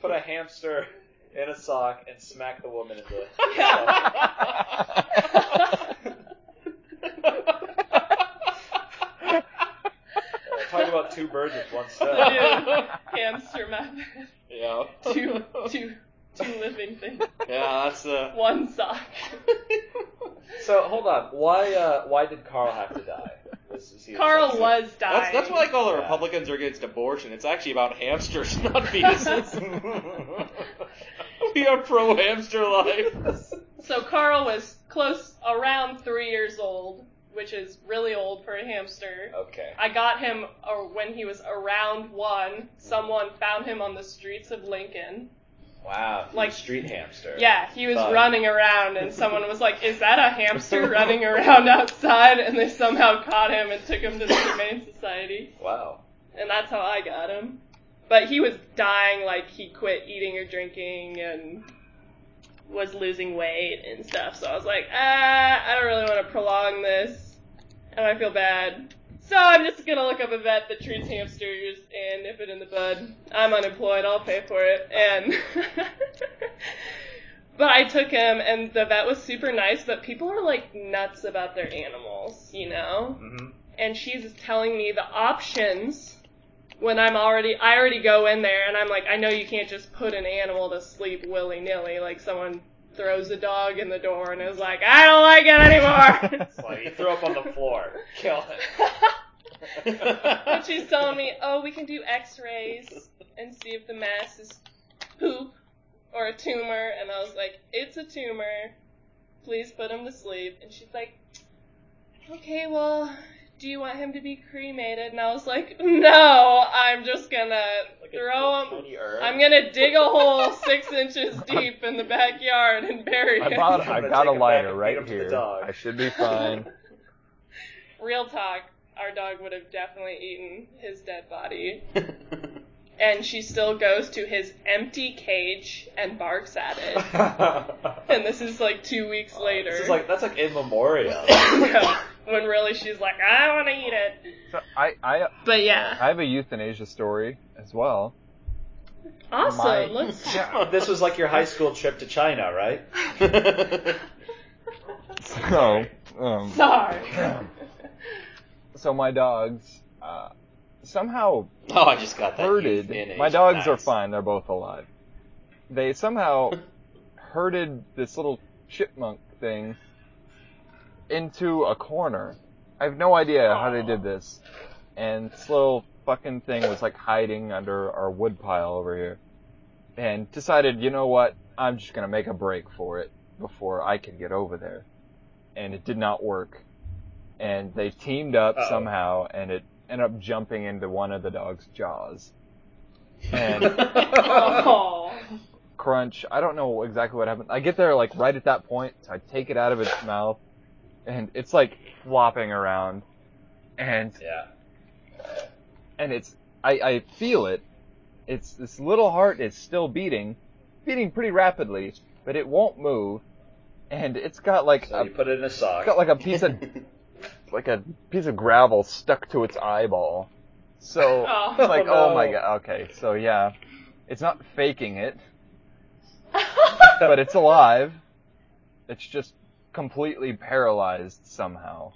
S5: Put a hamster in a sock and smack the woman in the. Talk about two birds with one stone.
S4: Dude, hamster method.
S3: yeah.
S4: Two, two, two living things,
S3: Yeah, that's uh
S4: one sock.
S5: So hold on, why uh, why did Carl have to die? This is he-
S4: Carl was dying.
S3: that's, that's why like all the
S5: Yeah.
S3: Republicans are against abortion. It's actually about hamsters, not fetuses. we are pro hamster life.
S4: So Carl was close around three years old, which is really old for a hamster.
S5: Okay.
S4: I got him uh, when he was around one. Someone found him on the streets of Lincoln.
S5: Wow. he
S4: Like-
S5: was a street hamster.
S4: Yeah, he was
S5: Fun.
S4: running around, and someone was like, "Is that a hamster running around outside?" And they somehow caught him and took him to the Humane Society,
S5: Wow.
S4: and that's how I got him. But he was dying, like he quit eating or drinking, and was losing weight and stuff. So I was like, ah, I don't really want to prolong this, and I feel bad. So I'm just gonna look up a vet that treats hamsters and nip it in the bud. I'm unemployed. I'll pay for it. And but I took him, and the vet was super nice. But people are like nuts about their animals, you know.
S5: Mm-hmm.
S4: And she's telling me the options when I'm already I already go in there and I'm like, I know you can't just put an animal to sleep willy nilly, like someone throws a dog in the door and is like, I don't like it anymore
S5: It's like he threw up on the floor. Kill it.
S4: But she's telling me, Oh, we can do x rays and see if the mass is poop or a tumor and I was like, It's a tumor. Please put him to sleep and she's like, Okay, well, "Do you want him to be cremated?" And I was like, "No, I'm just gonna throw him. I'm gonna dig a hole six inches deep in the backyard and bury
S2: I
S4: him."
S2: bought,
S5: I'm
S2: I
S5: gonna
S2: got
S5: take
S2: a
S5: it back
S2: lighter
S5: and feed
S2: right
S5: him to the
S2: here.
S5: dog.
S2: I should be fine.
S4: Real talk, our dog would have definitely eaten his dead body. And she still goes to his empty cage and barks at it. And this is like two weeks later.
S5: This is like that's like in memoriam.
S4: when really she's like, I want to eat it.
S2: So I, I,
S4: But yeah,
S2: I have a euthanasia story as well.
S4: awesome.
S2: My-
S4: Let's.
S5: Oh, this was like your high school trip to China, right?
S2: So, um,
S4: Sorry.
S2: so my dogs uh, somehow
S3: Oh, I just got that.
S2: herded. My dogs are fine; they're both alive. They somehow herded this little chipmunk thing into a corner. I have no idea how they did this, and this little fucking thing was like hiding under our wood pile over here, and decided, you know what? I'm just gonna make a break for it before I can get over there, and it did not work. And they teamed up
S5: Uh-oh.
S2: somehow, and it ended up jumping into one of the dog's jaws. And
S4: Oh.
S2: crunch. I don't know exactly what happened. I get there like right at that point, so I take it out of its mouth, and it's like flopping around, and
S5: Yeah.
S2: and it's I I feel it. It's this little heart is still beating, beating pretty rapidly, but it won't move, and it's got like
S5: So
S2: a,
S5: you put it in a sock.
S2: it's got like a piece of like a piece of gravel stuck to its eyeball. So
S4: Oh.
S2: it's like,
S5: Oh,
S2: oh my
S5: no.
S2: god. Okay, so yeah, it's not faking it. but it's alive. It's just completely paralyzed somehow.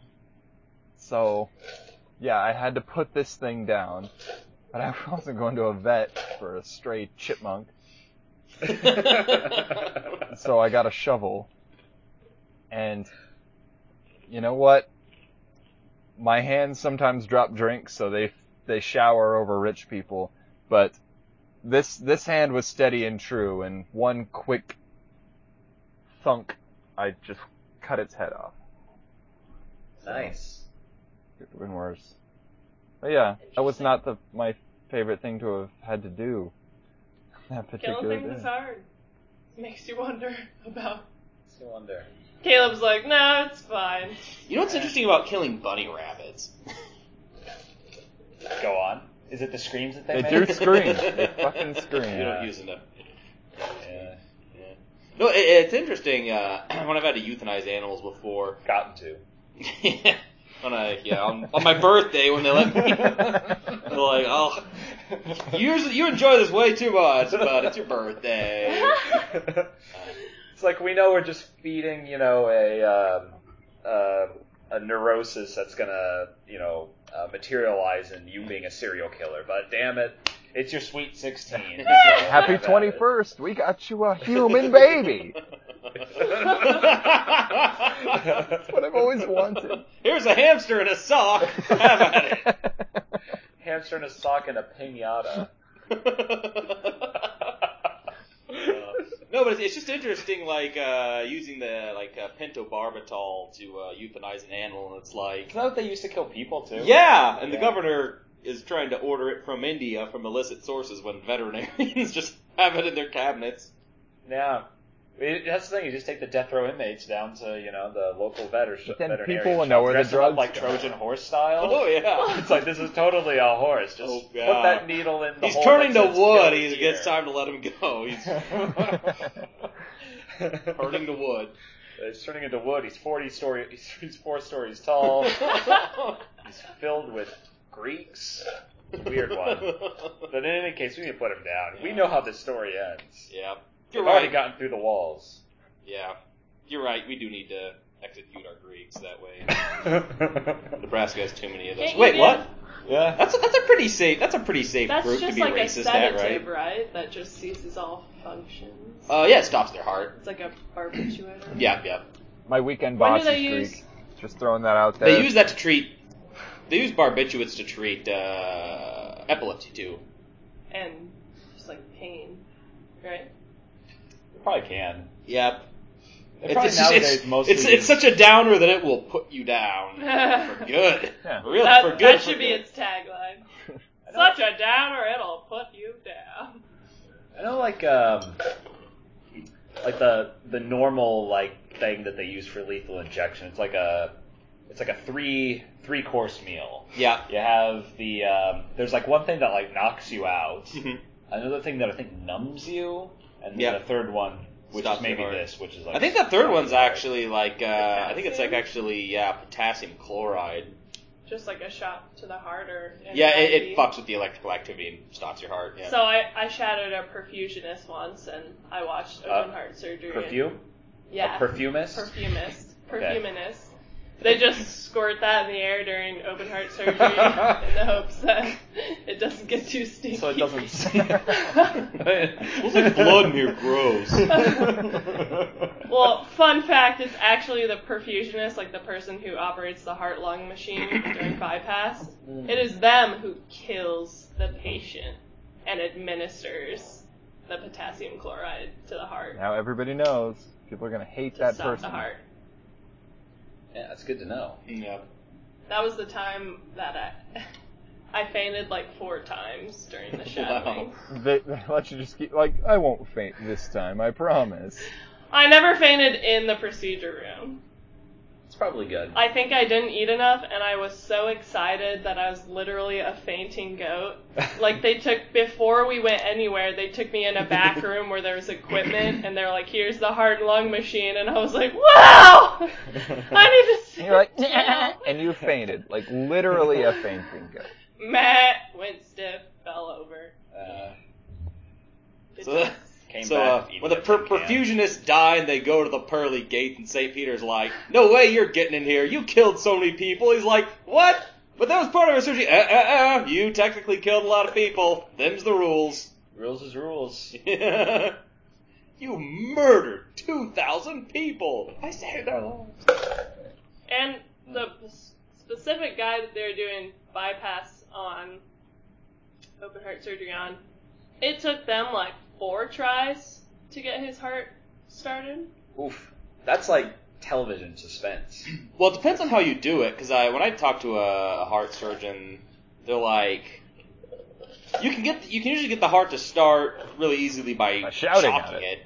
S2: So, yeah, I had to put this thing down. But I wasn't going to a vet for a stray chipmunk, so I got a shovel. And you know what? My hands sometimes drop drinks, so they they shower over rich people. But this this hand was steady and true, and one quick thunk, I just cut its head off.
S5: nice.
S2: It would have been worse. But yeah, that was not the my favorite thing to have had to do. That
S4: Killing
S2: particular
S4: things is
S2: day.
S4: hard. Makes you wonder about.
S5: No wonder.
S4: Caleb's like, no, it's fine.
S3: You know what's interesting about killing bunny rabbits?
S5: Go on. Is it the screams that
S2: They
S5: they,
S2: do
S5: make?
S2: scream. They fucking
S3: You
S2: scream.
S3: don't use enough.
S5: Yeah.
S3: No, it, it's interesting. Uh, when I've had to euthanize animals before,
S5: Gotten to.
S3: on a, yeah, on, on my birthday when they let me, they're like, "Oh, you you enjoy this way too much, but it's your birthday."
S5: it's like we know we're just feeding, you know, a um, uh, a neurosis that's gonna, you know, uh, materialize in you being a serial killer. But damn it, it's your sweet sixteen. so
S2: Happy
S5: have at it.
S2: twenty first. We got you a human baby. That's what I've always wanted.
S3: Here's a hamster in a sock. Have at it.
S5: Hamster in a sock and a pinata.
S3: Uh, no, but it's, it's just interesting, like uh, using the like uh, pentobarbital to uh, euthanize an animal, and it's like,
S5: Isn't that what they used to kill people too?
S3: yeah, and the
S5: Yeah.
S3: governor is trying to order it from India from illicit sources when veterinarians just have it in their cabinets.
S5: Yeah. It, that's the thing. You just take the death row inmates down to you know the local vet or
S2: But then
S5: veterinarian
S2: people will
S5: shop,
S2: know where the
S5: dress them up
S2: drugs
S5: like
S2: go.
S5: Trojan horse style.
S3: Oh yeah,
S5: It's like this is totally a horse. Just
S3: Oh,
S5: put
S3: God.
S5: that needle in the
S3: he's
S5: hole
S3: turning
S5: that
S3: to
S5: says
S3: wood.
S5: kill
S3: He's
S5: here.
S3: it's time to let him go. He's turning to wood.
S5: He's turning into wood. He's forty story. He's, he's four stories tall. he's filled with Greeks. Weird one. But in any case, we need to put him down. We know how this story ends.
S3: yeah,
S5: We've
S3: you're
S5: already
S3: right.
S5: gotten through the walls.
S3: Yeah, you're right. We do need to execute our Greeks that way. Nebraska has too many of those.
S4: Can't you
S3: Wait,
S4: do-
S3: what?
S5: yeah.
S3: That's a, that's a pretty safe. That's a pretty safe
S4: That's
S3: group to
S4: just
S3: be
S4: like a
S3: racist at, right?
S4: sedative, right? That just ceases all functions.
S3: Uh, yeah, it stops their heart.
S4: It's like a barbiturate.
S3: Yeah, yeah.
S2: My weekend
S4: When
S2: boss
S4: do
S2: is
S4: they
S2: Greek.
S4: use-
S2: Just throwing that out there.
S1: Uh,
S3: They use that to treat. They use barbiturates to treat uh, epilepsy too.
S4: And just like pain, right?
S5: Probably can.
S3: Yep. It's,
S1: probably
S3: it's, just-
S1: nowadays
S3: it's,
S1: mostly
S3: it's, it's such a downer that it will put you down for good.
S2: Yeah.
S3: Really,
S4: that,
S3: for good.
S4: that
S3: for
S4: should be
S3: good.
S4: its tagline. Such a downer, it'll put you down.
S5: I know, like, um, like the the normal like thing that they use for lethal injection. It's like a it's like a three three course meal.
S3: Yeah.
S5: You have the um, there's like one thing that like knocks you out,
S3: Mhm.
S5: another thing that I think numbs you, and then
S3: Yeah.
S5: the third one, which
S3: Stops
S5: is
S3: your
S5: maybe
S3: heart.
S5: this, which is like
S3: I think that third one's
S5: Right.
S3: actually like uh, I think it's like actually yeah potassium chloride.
S4: Just like a shot to the heart or an
S3: Yeah, it,
S4: IV.
S3: it fucks with the electrical activity and stops your heart. Yeah.
S4: So I, I shadowed a perfusionist once, and I watched open
S5: Uh,
S4: heart surgery. and-
S5: perfume,
S4: yeah,
S5: a perfumist.
S4: perfumist,
S5: Okay.
S4: perfuminist. They just squirt that in the air during open heart surgery in the hopes that it doesn't get too stinky.
S2: So it doesn't.
S3: Looks like blood in here. Gross.
S4: Well, fun fact, it's actually the perfusionist, like the person who operates the heart lung machine during bypass.
S2: Mm.
S4: It is them who kills the patient and administers the potassium chloride to the heart.
S2: now everybody knows. People are gonna hate
S4: To
S2: that
S4: stop
S2: person.
S4: the heart.
S5: Yeah, that's good to know.
S3: yeah.
S4: That was the time that I I fainted like four times during the shadowing.
S2: They, they let you just keep like I won't faint this time. I promise.
S4: I never fainted in the procedure room.
S5: It's probably good.
S4: I think I didn't eat enough and I was so excited that I was literally a fainting goat. Like they took before we went anywhere, they took me in a back room where there was equipment and they're like, Here's the heart and lung machine and I was like, Wow I need to see
S2: And you're like, "Nah," and you fainted, like literally a fainting goat.
S4: Matt went stiff, fell over.
S5: Uh,
S4: Good
S3: So-
S4: times.
S5: came
S3: So
S5: back
S3: uh,
S5: eating
S3: when the
S5: a
S3: per-
S5: tin can.
S3: perfusionists die and they go to the pearly gates, and St. Peter's like, "No way, you're getting in here. You killed so many people." He's like, "What?" But that was part of our surgery. Uh, uh, uh, you technically killed a lot of people. Them's the rules.
S5: rules is rules.
S3: you murdered 2,000 people. I say no.
S4: And the p- specific guy that they're doing bypass on, open heart surgery on, it took them like four tries to get his heart started.
S5: Oof, that's like television suspense.
S3: Well, it depends on how you do it, because I, when I talk to a, a heart surgeon, they're like, you can get, you can usually get the heart to start really easily by,
S2: By shouting at
S3: shocking
S2: it.
S3: it.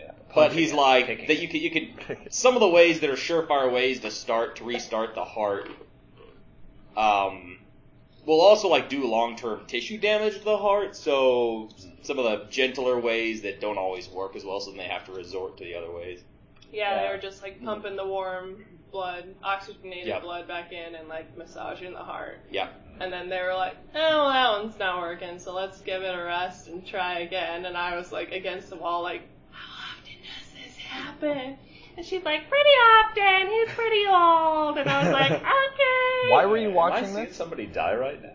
S5: Yeah,
S3: But
S5: punching
S3: he's
S5: it,
S3: like
S5: kicking
S3: that
S5: it.
S3: you could you could some of the ways that are surefire ways to start to restart the heart. Um, will also like do long term tissue damage to the heart. So some of the gentler ways that don't always work as well. So then they have to resort to the other ways.
S4: Yeah,
S5: Yeah.
S4: they were just like pumping the warm blood, oxygenated
S3: Yeah.
S4: blood back in and like massaging the heart.
S3: Yeah.
S4: And then they were like, oh, well, that one's not working, so let's give it a rest and try again. And I was like against the wall, like, how often does this happen? And she's like, pretty often. He's pretty old. And I was like, okay.
S2: Why were you
S5: Am
S2: watching
S5: I seeing
S2: this?
S5: somebody die right now?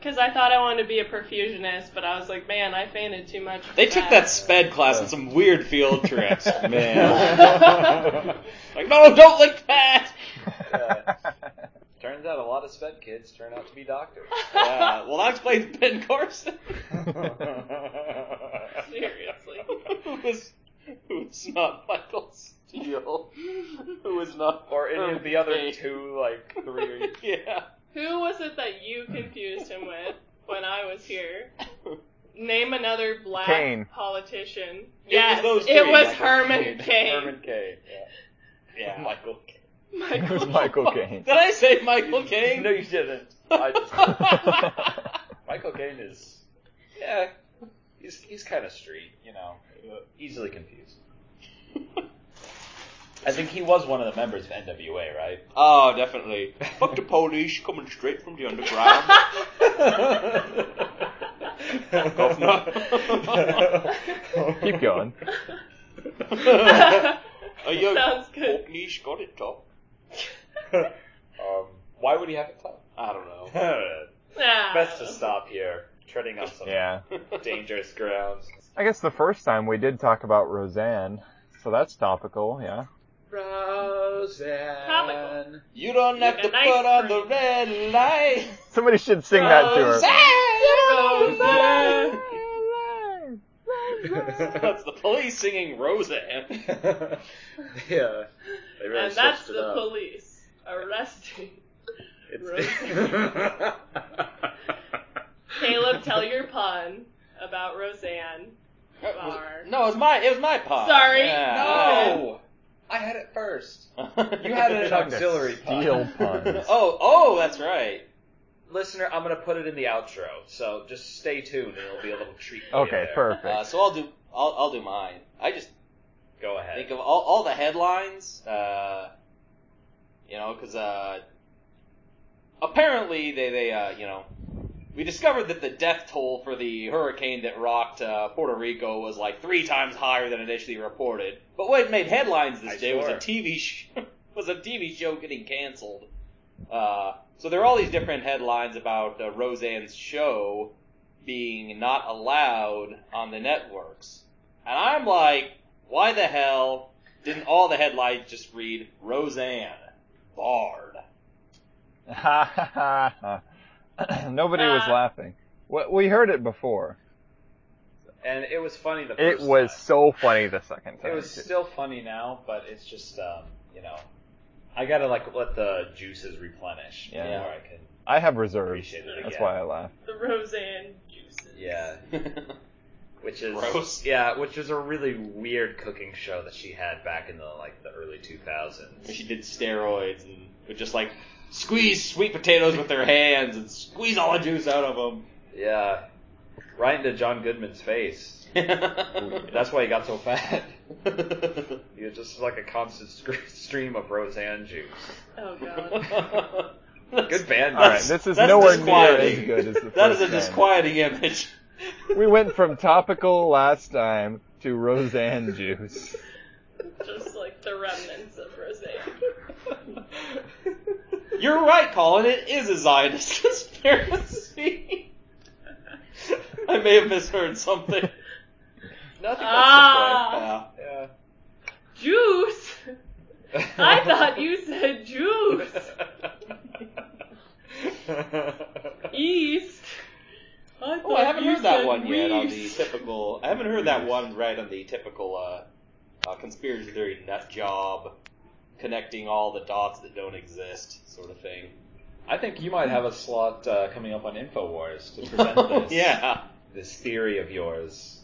S4: Because I thought I wanted to be a perfusionist, but I was like, man, I fainted too much. for
S3: They took that sped class on some weird field trips. Man, like no, don't like that.
S5: Turns out a lot of sped kids turn out to be doctors.
S3: Yeah, well, that explains Ben Carson.
S4: Seriously.
S3: who is who is not Michael Steele, who is not
S5: or any of the other two, like
S3: three. yeah,
S4: Who was it that you confused him with when I was here? Name another black
S2: Kane.
S4: politician.
S3: was
S4: Yes,
S3: those
S4: it
S3: three,
S4: was
S3: Michael
S4: Herman Kane.
S5: Herman Cain. Yeah.
S3: yeah.
S5: Michael.
S2: it
S4: Michael.
S2: was Michael Caine.
S3: Did I say Michael Caine?
S5: No, you didn't. I just, Michael Caine is yeah, he's he's kind of street, you know, easily confused. I think he was one of the members of NWA, right?
S3: oh, definitely. Fuck the police, coming straight from the underground.
S2: Keep going.
S3: Are you
S4: Sounds good.
S3: Orkney's got it top?
S5: um, why would he have it top?
S3: I don't know.
S4: Ah.
S5: Best to stop here, treading on some
S2: Yeah.
S5: dangerous grounds.
S2: I guess the first time we did talk about Roseanne, so that's topical. Yeah.
S5: Roseanne.
S4: Topical.
S3: You don't have to
S4: A nice
S3: put on the
S4: cream.
S3: red light.
S2: Somebody should sing that to her.
S4: Roseanne.
S3: That's the police singing Roseanne.
S5: yeah, they really
S4: and that's
S5: switched it
S4: the
S5: up.
S4: police arresting.
S5: It's-
S4: Caleb, tell your pun about Roseanne. Bar.
S3: No, it was my it was my pop.
S4: Sorry.
S3: No.
S6: I had it first.
S3: you
S6: You had it in
S2: Trying to
S6: auxiliary pun.
S2: Deal puns.
S3: Oh, oh, that's right.
S5: Listener, I'm gonna put it in the outro, so just stay tuned, and it'll be a little treat. for you
S2: Okay,
S5: there.
S2: perfect.
S3: Uh, so I'll do I'll, I'll do mine. I just
S5: Go ahead.
S3: think of all, all the headlines, uh, you know, because uh, apparently they they uh, you know we discovered that the death toll for the hurricane that rocked uh, Puerto Rico was like three times higher than initially reported. But what made headlines this
S5: I
S3: day was
S5: swear.
S3: a TV sh- was a TV show getting canceled. Uh, so there are all these different headlines about uh, Roseanne's show being not allowed on the networks, and I'm like, why the hell didn't all the headlines just read Roseanne barred?
S2: Nobody was
S4: Uh.
S2: laughing. We- We heard it before.
S5: and it was funny the
S2: It
S5: first
S2: was
S5: time.
S2: so funny the second time.
S5: It was
S2: too.
S5: still funny now, but it's just um, you know, I gotta like let the juices replenish
S2: Yeah.
S5: before I can
S2: I have reserves.
S5: appreciate it again.
S2: That's why I laugh.
S4: The Roseanne juices.
S5: Yeah, which is
S3: Gross.
S5: yeah, which is a really weird cooking show that she had back in the like the early 2000s.
S3: she did steroids and would just like squeeze sweet potatoes with her hands and squeeze all the juice out of them.
S5: Yeah, right into John Goodman's face. That's why he got so fat. He was just like a constant sc- stream of Roseanne juice.
S4: Oh god.
S5: Good band.
S2: All right, this is
S3: that's
S2: nowhere near as
S3: disquieting.
S2: good as the
S3: that
S2: first
S3: is a
S2: time.
S3: disquieting image.
S2: We went from topical last time to Roseanne juice.
S4: Just like the remnants of Roseanne.
S3: You're right, Colin. It is a Zionist conspiracy. I may have misheard something.
S5: Nothing.
S4: Ah,
S3: Yeah.
S5: Yeah.
S4: juice. I thought you said juice. East. I
S3: Oh,
S4: thought
S3: I haven't
S4: you
S3: heard that
S4: said
S3: one yet on the
S4: Reese.
S3: typical. I haven't heard that one right on the typical uh, uh, conspiracy theory nut job, connecting all the dots that don't exist, sort of thing.
S5: I think you might have a slot uh, coming up on Infowars to present this.
S3: yeah.
S5: This theory of yours.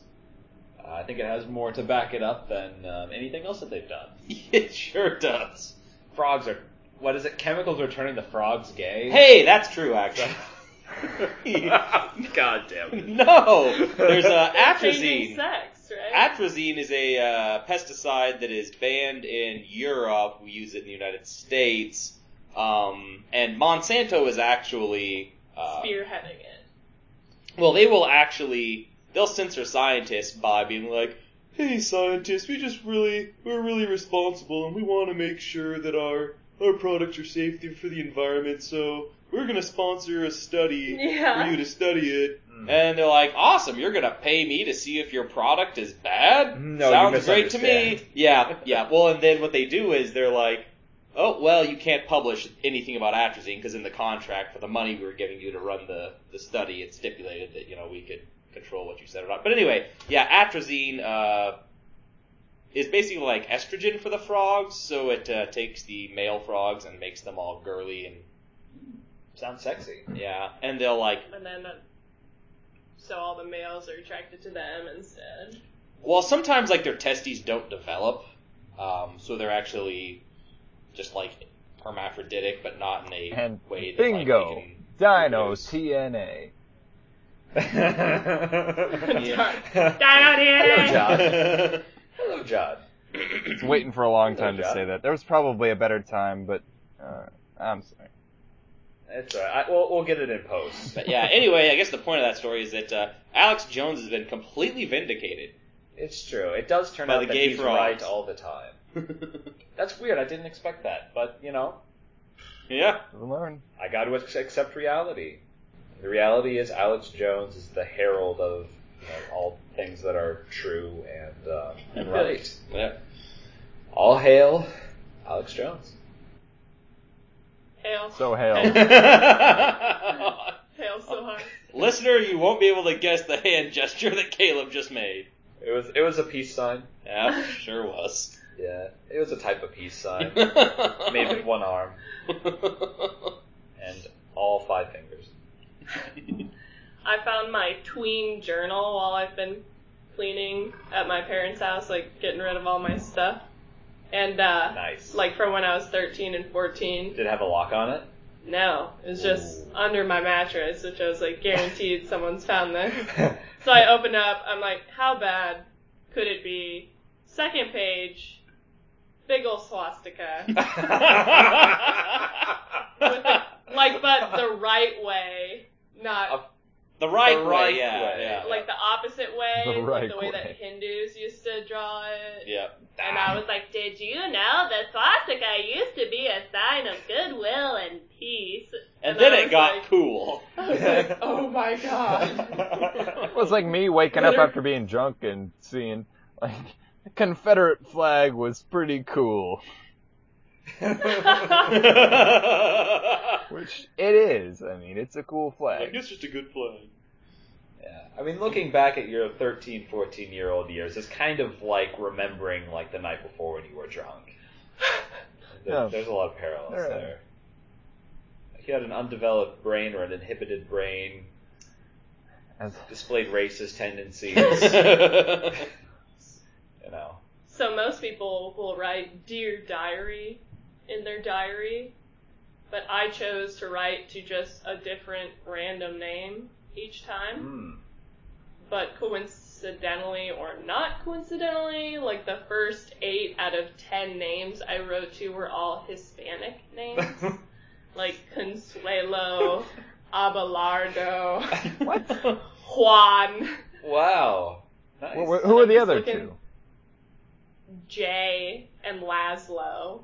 S5: Uh, I think it has more to back it up than um, anything else that they've done.
S3: It sure does.
S5: Frogs are. What is it? Chemicals are turning the frogs gay.
S3: Hey, that's true, actually.
S5: God damn
S3: no, there's uh,
S4: Changing
S3: atrazine.
S4: sex, right?
S3: Atrazine is a uh, pesticide that is banned in Europe. We use it in the United States. Um, and Monsanto is actually uh,
S4: Spearheading it.
S3: Well, they will actually they'll censor scientists by being like, "Hey, scientists, we just really we're really responsible and we want to make sure that our our products are safe for the environment, so we're gonna sponsor a study for
S4: Yeah.
S3: you to study it."
S5: Hmm.
S3: And they're like, "Awesome, you're gonna pay me to see if your product is bad?
S5: No, you
S3: Sounds great to me."
S5: misunderstand.
S3: Yeah, yeah. Well, and then what they do is they're like. Oh well, you can't publish anything about atrazine because in the contract for the money we were giving you to run the, the study, it stipulated that you know we could control what you said or not. But anyway, yeah, atrazine uh, is basically like estrogen for the frogs, so it uh, takes the male frogs and makes them all girly and
S5: Sounds sexy.
S3: yeah, and they'll like
S4: And then, uh, so all the males are attracted to them instead.
S3: well sometimes like their testes don't develop, um, so they're actually just like hermaphroditic, but not in a
S2: And
S3: way that
S2: bingo.
S3: Like, they can
S2: Dino
S3: reproduce.
S2: TNA.
S4: Diarrhea.
S5: Hello, John. Hello, John.
S2: It's waiting for a long time to
S5: Josh.
S2: say that. There was probably a better time, but uh, I'm sorry.
S5: It's all right. I, we'll, we'll get it in post.
S3: But yeah, anyway, I guess the point of that story is that uh, Alex Jones has been completely vindicated.
S5: It's true. It does turn
S3: By
S5: out
S3: the
S5: that
S3: gay
S5: he's
S3: frogs.
S5: right all the time. That's weird. I didn't expect that, but you know,
S3: yeah.
S2: We'll learn.
S5: I got to accept reality. The reality is Alex Jones is the herald of you know, all things that are true and um, and right.
S3: Yeah.
S5: All hail, Alex Jones.
S4: Hail.
S2: So hail.
S4: Hail so hard.
S3: Listener, you won't be able to guess the hand gesture that Caleb just made.
S1: It was it was a peace sign.
S7: Yeah, sure was.
S1: Yeah, it was a type of peace sign made
S7: Maybe.
S1: with one arm and all five fingers.
S4: I found my tween journal while I've been cleaning at my parents' house, like getting rid of all my stuff. And uh
S5: Nice.
S4: like from when I was 13 and 14.
S5: Did it have a lock on it?
S4: No, it was just
S5: Ooh.
S4: under my mattress, which I was like guaranteed someone's found this. So I open up, I'm like, how bad could it be? Second page, big ol' swastika. With the, like, but the right way, not
S7: The right,
S1: The
S7: way,
S1: right
S7: yeah,
S1: way.
S7: yeah.
S4: like the opposite way,
S2: The
S4: like
S2: right
S4: the way that
S2: way.
S4: Hindus used to draw it.
S7: Yeah.
S4: And I was like, did you know that swastika used to be a sign of goodwill and peace?
S7: And,
S4: And
S7: then
S4: I
S7: it
S4: was
S7: got
S4: like-
S7: cool.
S4: I was like, oh my god.
S2: It was like me waking up after being drunk and seeing like the Confederate flag was pretty cool, which it is. I mean, it's a cool
S7: Like,
S2: flag.
S7: it's just a good play.
S5: Yeah. I mean, looking back at your 13, 14 year old years is kind of like remembering like the night before when you were drunk. There-
S2: Yeah.
S5: There's a lot of parallels
S2: There
S5: there.
S2: are.
S5: He had an undeveloped brain or an inhibited brain,
S2: As
S5: displayed racist tendencies. you
S7: yeah,
S5: know,
S4: so most people will write dear diary in their diary, but I chose to write to just a different random name each time.
S5: Hmm.
S4: but coincidentally or not coincidentally, like the first eight out of ten names I wrote to were all Hispanic names, like Consuelo, Abelardo,
S2: what?
S4: Juan,
S5: Wow. Nice.
S2: Wh- wh- who are the other
S4: Looking-
S2: two?
S4: Jay, and Laszlo.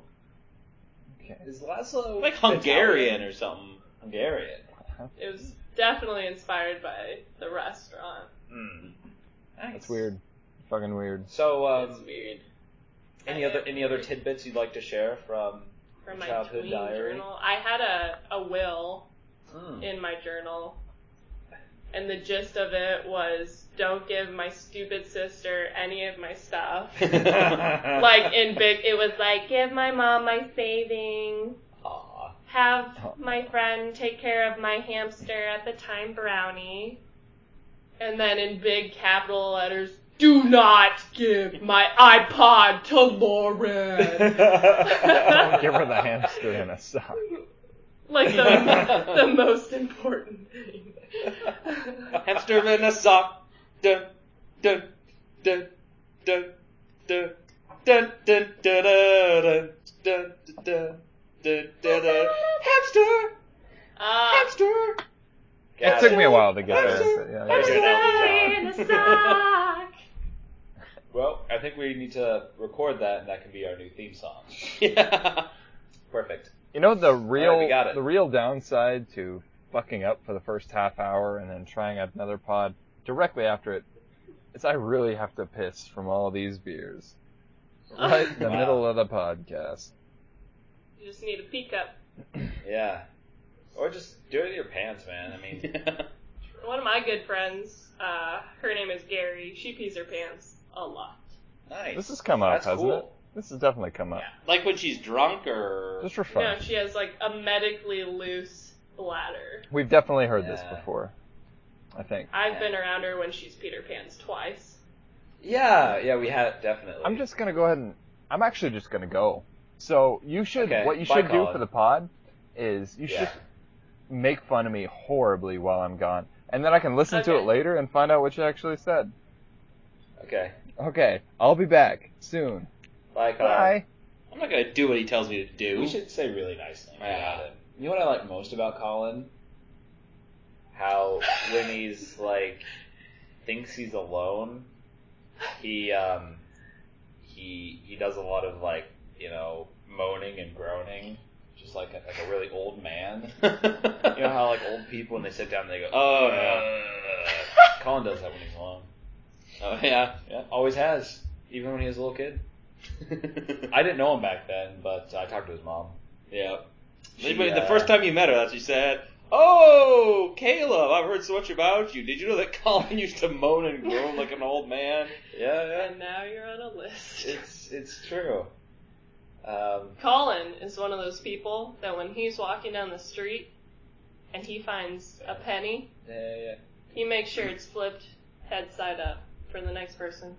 S5: Is Laszlo
S7: Like
S5: Italian?
S7: Hungarian or something.
S5: Hungarian.
S4: It was definitely inspired by the restaurant.
S5: Hmm.
S2: That's weird. Fucking weird.
S5: So,
S4: it's
S5: um,
S4: weird.
S5: any other any other tidbits you'd like to share from?
S4: From my
S5: childhood
S4: tween
S5: diary?
S4: journal, I had a, a will
S5: Hmm.
S4: in my journal. And the gist of it was don't give my stupid sister any of my stuff. like in big it was like give my mom my savings.
S5: Aw.
S4: Have my friend take care of my hamster at the time brownie. And then in big capital letters, do not give my iPod to Lauren.
S2: Don't give her the hamster in a sock.
S4: like the, the most important thing.
S7: Hamster in a sock. Dun, dun, dun, dun, dun, dun, dun, dun, dun, dun, dun, dun, dun, dun. Hamster!
S4: Ah.
S7: Hamster!
S2: It
S5: Got
S2: took me a while to get there. but yeah,
S5: That's
S2: yeah.
S5: good. Well, I think we need to record that, and that can be our new theme song.
S7: Yeah.
S5: Perfect.
S2: You know the
S5: All right,
S2: real
S5: we got it.
S2: the real downside to fucking up for the first half hour and then trying out another pod directly after it is I really have to piss from all these beers. Right in the
S5: Wow.
S2: middle of the podcast.
S4: You just need a pee cup.
S5: Yeah. Or just do it in your pants, man. I mean,
S4: One of my good friends, uh, her name is Gary. She pees her pants a lot.
S5: nice.
S2: This has come up,
S5: That's
S2: hasn't
S5: cool.
S2: it? This has definitely come up.
S7: Like when she's drunk or.
S2: Just for
S4: You
S2: fun.
S4: know, she has like a medically loose bladder.
S2: We've definitely heard this
S5: Yeah.
S2: before. I think.
S4: I've been around her when she's peed her pants twice.
S5: Yeah, yeah, we had it definitely.
S2: I'm just gonna go ahead and I'm actually just gonna go. So you should
S5: Okay,
S2: what you
S5: bye,
S2: should do
S5: Colin.
S2: for the pod is you
S5: Yeah.
S2: should make fun of me horribly while I'm gone, and then I can listen to
S4: Okay.
S2: it later and find out what you actually said.
S5: Okay.
S2: Okay, I'll be back soon.
S5: Bye, Colin.
S2: Bye.
S7: I'm not gonna do what he tells me to do.
S5: We should say really nice things
S7: Yeah.
S5: about it. You know what I like most about Colin? How when he's like thinks he's alone, he um he he does a lot of like you know moaning and groaning, just like a, like a really old man. You know how like old people when they sit down they go,
S7: Oh,
S5: oh
S7: yeah.
S5: Colin does that when he's alone.
S7: oh yeah.
S5: Yeah, always has, even when he was a little kid. I didn't know him back then, but I talked to his mom.
S7: yeah.
S5: She,
S7: But the
S5: uh,
S7: first time you met her, that's what you said.
S3: Oh, Caleb, I've heard so much about you. Did you know that Colin used to moan and groan like an old man?
S5: Yeah, yeah.
S4: And now you're on a list.
S5: It's it's true. Um,
S4: Colin is one of those people that when he's walking down the street and he finds a penny,
S5: yeah, yeah, yeah.
S4: he makes sure it's flipped head side up for the next person.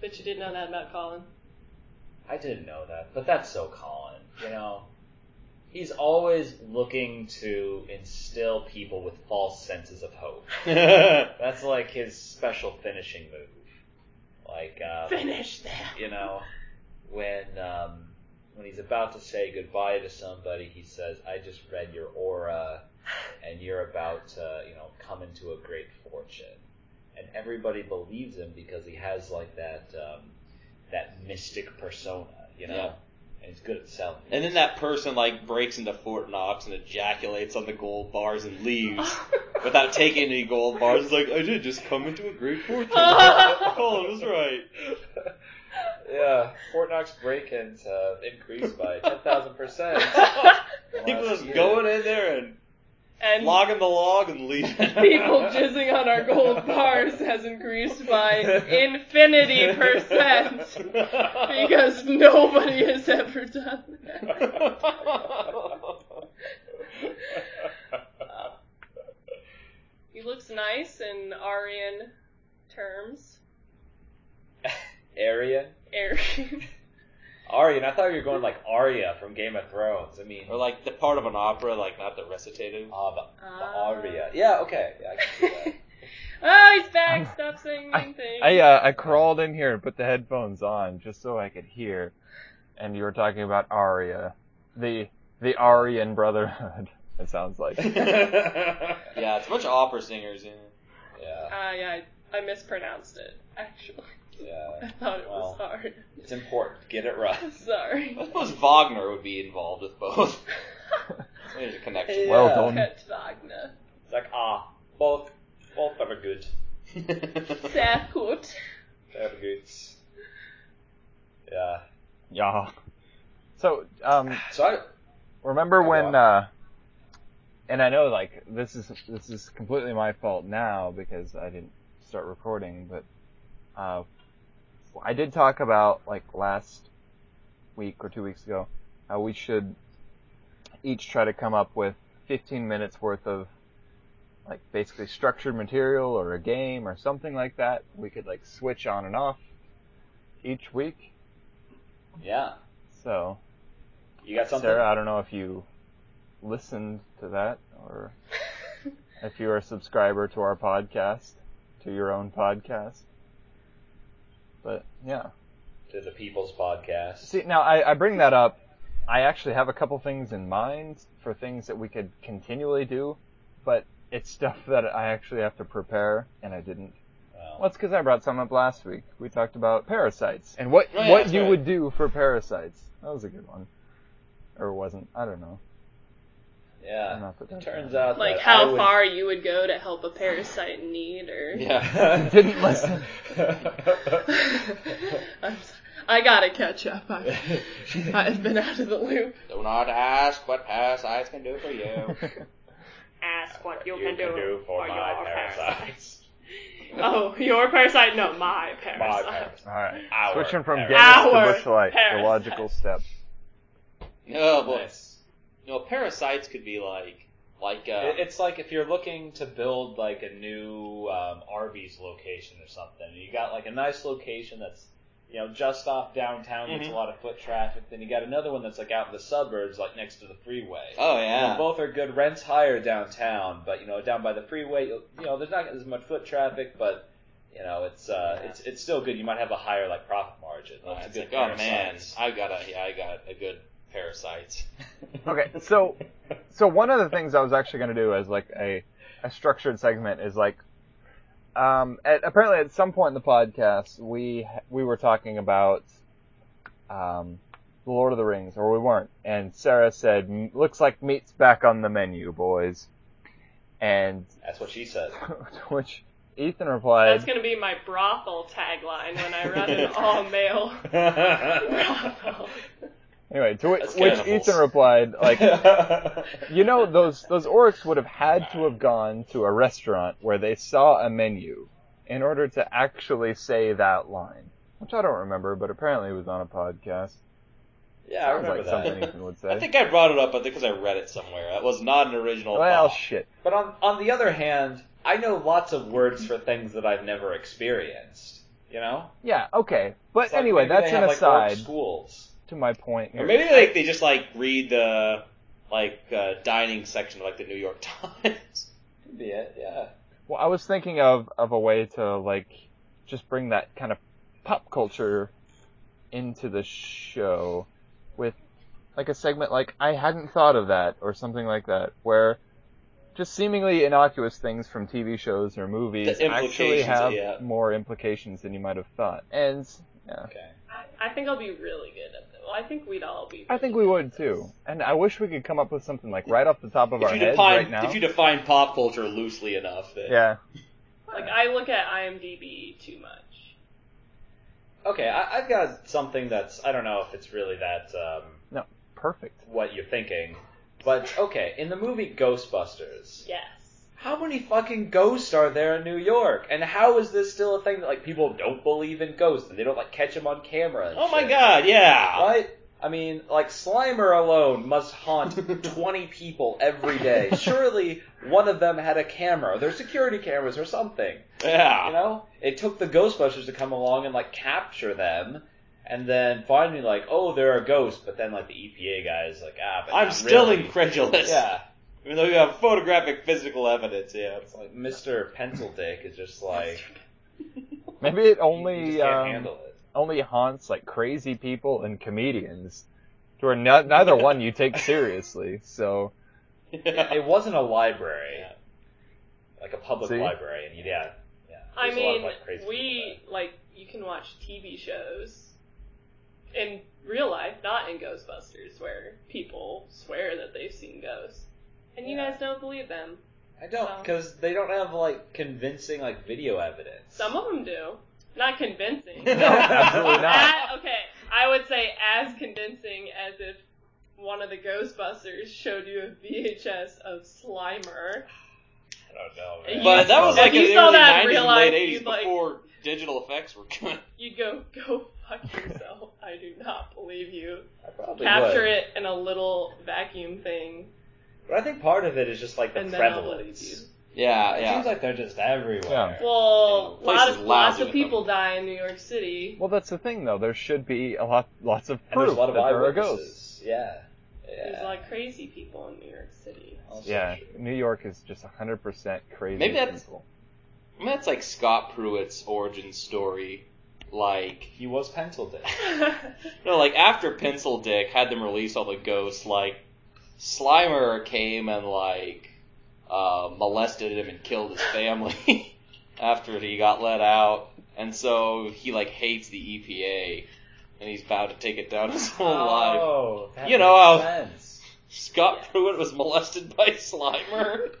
S4: But you didn't know that about Colin.
S5: I didn't know that, but that's so Colin. You know, he's always looking to instill people with false senses of hope. That's like his special finishing move. Like, um,
S4: Finish that.
S5: you know, when um, when he's about to say goodbye to somebody, he says, "I just read your aura, and you're about to, you know, come into a great fortune." And everybody believes him because he has like that um, that mystic persona, you know.
S3: Yeah.
S5: And he's good at selling.
S3: And then that person like breaks into Fort Knox and ejaculates on the gold bars and leaves without taking any gold bars. It's like I did just come into a great fortune. Colin was right.
S5: Yeah, Fort Knox break-ins have increased by ten thousand percent.
S3: He was going in there and
S4: and
S3: logging the log and leaving.
S4: people jizzing on our gold bars has increased by infinity percent because nobody has ever done that. He looks nice in Aryan terms.
S5: Arian,
S4: Aryan.
S5: Arian. I thought you were going like Arya from Game of Thrones. I mean,
S3: or like the part of an opera, like not the recitative.
S5: uh, the, the
S4: Ah.
S5: Aria. Yeah, okay. Yeah, I can see that.
S4: oh, he's back. Stop saying mean things.
S2: I uh, I crawled in here and put the headphones on just so I could hear, and you were talking about Arya, the the Aryan Brotherhood. It sounds like
S3: Yeah, it's a bunch of opera singers. Yeah.
S5: yeah,
S4: Ah, yeah, I, I mispronounced it, actually. I
S5: yeah.
S4: thought it was
S5: Well.
S4: hard.
S5: It's important. Get it right.
S4: Sorry.
S3: I suppose Wagner would be involved with both. There's a connection.
S2: well
S5: Yeah.
S2: done.
S4: Cut Wagner.
S5: It's like ah, both, both are good.
S4: Sehr gut.
S5: They're good. Yeah.
S2: Yeah. So um,
S5: So I,
S2: remember
S5: Oh,
S2: when uh and I know like this is this is completely my fault now because I didn't start recording, but uh I did talk about like last week or two weeks ago how we should each try to come up with 15 minutes worth of like basically structured material or a game or something like that we could like switch on and off each week
S5: yeah.
S2: so
S5: You got something?
S2: Sarah, I don't know if you listened to that or if you're a subscriber to our podcast, to your own podcast. But yeah.
S5: To the People's Podcast.
S2: See, now I, I bring that up. I actually have a couple things in mind for things that we could continually do, but it's stuff that I actually have to prepare, and I didn't.
S5: Well,
S2: Well, it's because I brought some up last week. We talked about parasites and what
S3: Oh, yeah,
S2: what
S3: that's
S2: you
S3: right.
S2: would do for parasites. That was a good one, or wasn't? I don't know.
S5: yeah.
S2: Not that that
S5: Turns
S2: matters.
S5: out
S4: Like
S5: that I
S4: how
S5: would-
S4: far you would go to help a parasite in need, or
S3: Yeah.
S2: didn't listen.
S4: I'm, s- I gotta catch up. I've, I've been out of the loop.
S3: Do not ask what parasites can do for you.
S4: Ask what
S5: you can do, for my parasites.
S4: Oh, your parasite? No, my
S5: My
S4: parasite.
S5: parasites.
S2: All right.
S5: Our
S2: Switching from
S5: parasites.
S2: Dennis to
S4: Our
S2: Bushlight, the
S4: parasites.
S2: logical step.
S3: No, but
S5: Nice.
S3: you know, parasites could be like like uh,
S5: It- It's like if you're looking to build like a new um, Arby's location or something. You got like a nice location that's you know just off downtown, gets
S3: Mhm.
S5: a lot of foot traffic. Then you got another one that's like out in the suburbs, like next to the freeway.
S3: oh
S5: You know,
S3: yeah.
S5: both are good. Rent's higher downtown, but you know down by the freeway, you you know there's not as much foot traffic, but you know it's uh,
S3: Yeah.
S5: it's it's still good. You might have a higher like profit margin.
S3: Uh,
S5: It's a
S3: it's
S5: good
S3: like, oh man,
S5: parasites.
S3: I got a yeah, I got a good parasites.
S2: Okay, so so one of the things I was actually going to do as like a a structured segment is like um at, apparently at some point in the podcast we we were talking about um the Lord of the Rings or we weren't and Sarah said "M- looks like meat's back on the menu boys and
S5: That's what she said.
S2: to which Ethan replied
S4: That's gonna be my brothel tagline when I run an all male brothel.
S2: Anyway, to which,
S3: That's
S2: which
S3: cannibals.
S2: Ethan replied, like,
S5: yeah.
S2: you know, those those orcs would have had to have gone to a restaurant where they saw a menu in order to actually say that line, which I don't remember, but apparently it was on a podcast.
S3: Yeah, I
S2: Sounds
S3: remember
S2: like
S3: that.
S2: something Ethan would say.
S3: I think I brought it up, I think, because I read it somewhere. That was not an original
S2: well,
S3: thought.
S2: shit.
S5: But on on the other hand, I know lots of words for things that I've never experienced. You know.
S2: Yeah, okay. But
S5: It's like
S2: anyway,
S5: maybe
S2: that's
S5: they
S2: an
S5: have, like, orc
S2: aside
S5: schools.
S2: to my point here.
S3: or maybe like they just like read the like uh, dining section of like the New York Times.
S5: Could be it. Yeah.
S2: Well, I was thinking of of a way to like just bring that kind of pop culture into the show with like a segment like I hadn't thought of that or something like that where just seemingly innocuous things from TV shows or movies
S3: The
S2: actually
S3: implications,
S2: have
S3: yeah.
S2: more implications than you might have thought. And yeah,
S5: Okay.
S4: I, I think I'll be really good at that. Well, I think we'd all be. Really
S2: I think we would too. And I wish we could come up with something like right off the top of
S3: if
S2: our
S3: you
S2: heads
S3: define
S2: right now.
S3: if you define pop culture loosely enough, then
S2: yeah.
S4: Like I look at IMDb too much.
S5: Okay. I, I've got something that's I don't know if it's really that um,
S2: Perfect.
S5: what you're thinking, but okay. In the movie Ghostbusters,
S4: Yes.
S5: How many fucking ghosts are there in New York? And how is this still a thing that like people don't believe in ghosts and they don't like catch them on camera? and
S3: Oh my
S5: shit?
S3: god, yeah.
S5: Right? I mean, like Slimer alone must haunt 20 people every day. Surely one of them had a camera, their security cameras or something.
S3: Yeah.
S5: You know, it took the Ghostbusters to come along and like capture them. And then finally, like, oh, there are ghosts, but then like the EPA guys, like, ah, but
S3: I'm
S5: not
S3: still
S5: really.
S3: incredulous.
S5: Yeah,
S3: Even though you have photographic physical evidence, yeah.
S5: it's like Mr. Pencil Dick is just like,
S2: Maybe it
S5: you
S2: only
S5: just can't
S2: um,
S5: handle it.
S2: only haunts like crazy people and comedians, to where no- neither one you take seriously. So
S5: it wasn't a library,
S3: Yeah.
S5: like a public
S2: See?
S5: library, and yeah, yeah.
S4: I
S5: there's a lot of,
S4: mean,
S5: like, crazy people
S4: we like you can watch TV shows in real life, not in Ghostbusters, where people swear that they've seen ghosts, and you
S5: Yeah.
S4: guys don't believe them.
S5: there. I don't
S4: so-
S5: because they don't have like convincing like video evidence.
S4: Some of them do, not convincing.
S2: no, absolutely not.
S4: At- okay, I would say as convincing as if one of the Ghostbusters showed you a VHS of Slimer.
S5: I don't know.
S4: Yeah.
S5: Man.
S3: But that was
S4: If
S3: like
S4: you
S3: in the
S4: saw
S3: early
S4: that in
S3: 90s
S4: real
S3: and
S4: life,
S3: late 80s
S4: you'd, like-
S3: before digital effects were good.
S4: You'd go, go fuck yourself. I do not believe you.
S5: I probably
S4: Capture
S5: would.
S4: it in a little vacuum thing,
S5: But I think part of it is just like the
S4: and then I'll believe you.
S5: prevalence.
S3: Yeah,
S5: It
S3: yeah.
S5: seems like they're just everywhere.
S4: Well,
S3: You know,
S4: lot
S3: places lousy
S4: of, lots of
S3: with
S4: people
S3: them.
S4: die in New York City.
S2: Well, that's the thing though. There should be a lot, lots of
S5: And there's
S2: proof
S5: a lot of
S2: that there are ghosts.
S5: eyewitnesses. Yeah,
S4: There's
S5: yeah.
S4: like crazy people in New York City.
S5: Also
S2: Yeah,
S5: true.
S2: New York is just hundred percent crazy.
S3: Maybe that's-
S2: people.
S3: I mean, that's like Scott Pruitt's origin story. Like,
S5: He was penciled in.
S3: no, like after Pencil Dick had them release all the ghosts, like Slimer came and like uh, molested him and killed his family after he got let out, and so he like hates the EPA, and he's vowed to take it down his whole life.
S5: Oh, that
S3: You know
S5: makes
S3: how-
S5: sense.
S3: Scott
S4: Yeah.
S3: Pruitt was molested by Slimer.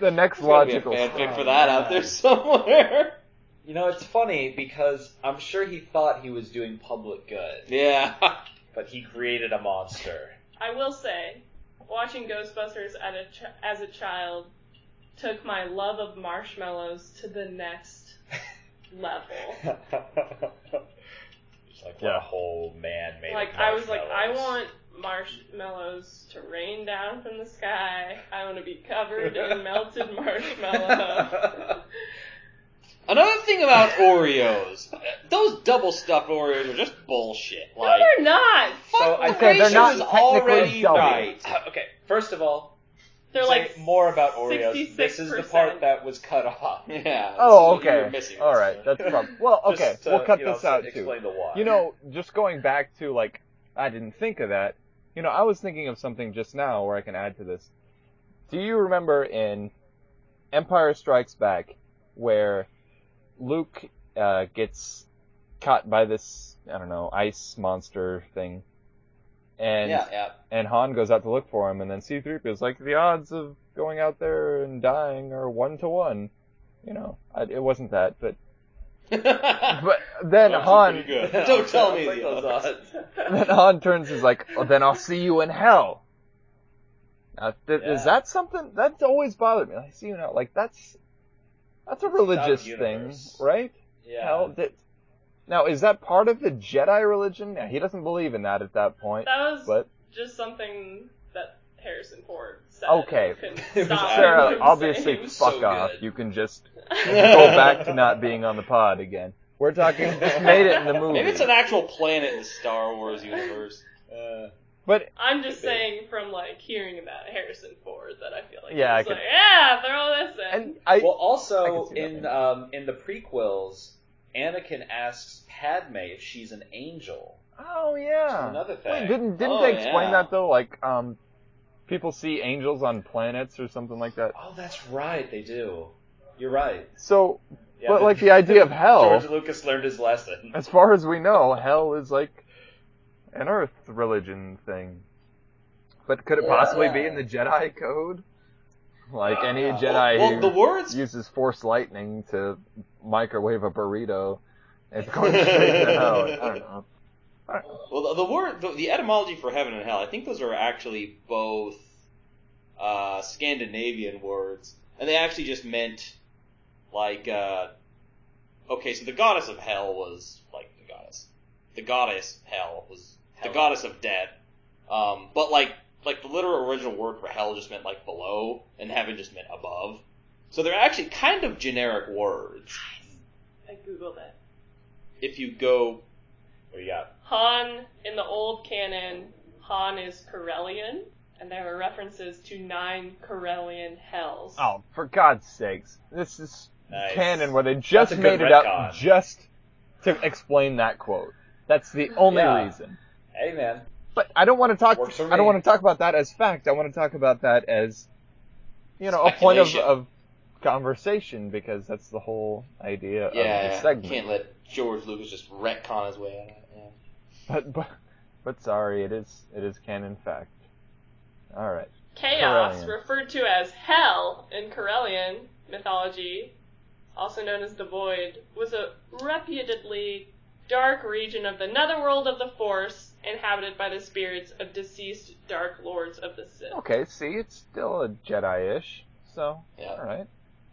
S2: the next
S3: There's gotta be a
S2: logical.
S3: fanfic
S5: Oh,
S3: for that
S5: man.
S3: out there somewhere.
S5: You know, it's funny because I'm sure he thought he was doing public good,
S3: yeah.
S5: but he created a monster.
S4: I will say, watching Ghostbusters at a ch- as a child took my love of marshmallows to the next level.
S5: It's like what
S2: Yeah.
S5: a whole man made.
S4: Like
S5: of
S4: I was like, I
S5: marshmallows.
S4: want marshmallows to rain down from the sky. I want to be covered in melted marshmallow.
S3: Another thing about Oreos, those double stuffed Oreos are just bullshit.
S4: no,
S3: Like,
S4: they're not.
S5: So
S3: fuck
S5: I
S2: said they're
S3: Mauritius
S2: not
S3: is
S2: technically
S3: already
S2: double.
S3: right.
S5: okay, first of all,
S4: They're
S5: say
S4: like
S5: more about Oreos. This is the
S4: 66%.
S5: part that was cut off.
S3: Yeah. that's-
S2: Oh,
S3: you're
S2: okay.
S3: missing
S2: All
S3: this.
S2: right, that's probably. Well, okay,
S5: Just to,
S2: we'll cut
S5: you know,
S2: this
S5: to
S2: out too.
S5: Explain the why.
S2: You know, just going back to like, I didn't think of that. You know, I was thinking of something just now where I can add to this. Do you remember in Empire Strikes Back where Luke uh, gets caught by this I don't know ice monster thing, and
S3: Yeah, yeah.
S2: and Han goes out to look for him, and then C-3PO is like, the odds of going out there and dying are one to one. You know, I, it wasn't that, but But
S7: Those
S2: then
S7: are
S2: Han,
S7: pretty good. Don't tell me
S1: I'll take
S7: the
S1: those
S7: odds.
S1: odds.
S2: then Han turns is like, well, then I'll see you in hell. Now, th-
S5: Yeah.
S2: Is that something that's always bothered me? I see you now. Like that's that's a religious thing,
S5: universe.
S2: right?
S5: Yeah.
S2: Hell, that- now is that part of the Jedi religion? Now, he doesn't believe in that at that point,
S4: That was
S2: but
S4: just something that Harrison Ford said.
S2: Okay.
S4: I couldn't
S1: It was
S4: stop him
S2: Sarah,
S4: from
S2: obviously,
S4: saying.
S2: fuck
S1: so
S2: off.
S1: good.
S2: You can just go back to not being on the pod again. We're talking just made it in the movie.
S7: Maybe it's an actual planet in the Star Wars universe.
S5: Uh,
S2: but
S4: I'm just saying from like hearing about Harrison Ford that I feel like
S2: Yeah,
S4: yeah,
S2: I
S4: was
S2: could-
S4: like yeah, throw this in.
S2: and I
S5: well,
S2: I
S5: also
S2: can see that
S5: in
S2: being-
S5: um, in the prequels, Anakin asks Padme if she's an angel.
S2: oh
S5: Which is
S2: yeah.
S5: another thing.
S2: Wait, didn't didn't
S7: Oh,
S2: they explain
S7: yeah.
S2: that though? Like um, people see angels on planets or something like that.
S5: Oh, that's right. They do. You're right.
S2: So,
S5: Yeah,
S2: but like the idea of hell,
S5: George Lucas learned his lesson.
S2: as far as we know, hell is like an Earth religion thing. But could it possibly be in the Jedi Code? Like any Jedi
S7: Well,
S2: who
S7: the words
S2: uses Force lightning to microwave a burrito, it's going straight to hell. I don't know.
S7: Well, the, the word, the, the etymology for heaven and hell, I think those are actually both uh, Scandinavian words, and they actually just meant like, uh, okay, so the goddess of hell was like the goddess, the goddess hell was the
S5: Hell.
S7: goddess of death, um, but like, like the literal original word for hell just meant like below, and heaven just meant above. So they're actually kind of generic words.
S4: I googled it.
S7: If you go,
S5: What do you got?
S4: Han in the old canon, Han is Corellian, and there are references to nine Corellian hells.
S2: Oh, for God's sakes! This is
S5: Nice.
S2: canon where they just
S5: That's a good
S2: made it up
S5: retcon.
S2: just to explain that quote. That's the only
S5: Yeah.
S2: reason.
S5: Hey, man.
S2: But I don't want to talk.
S5: Works for
S2: I
S5: me.
S2: don't want to talk about that as fact. I want to talk about that as, you know, a point of,
S7: Speculation.
S2: of conversation because that's the whole idea of the
S7: yeah,
S2: segment.
S7: can't let George Lucas just retcon his way out of it. Yeah.
S2: But, but but sorry, it is it is canon fact. All right.
S4: Chaos,
S2: Corellian.
S4: referred to as hell in Corellian mythology, also known as the Void, was a reputedly dark region of the netherworld of the Force, inhabited by the spirits of deceased Dark Lords of the Sith.
S2: Okay. See, it's still a Jedi-ish. So
S7: Yeah.
S2: all right.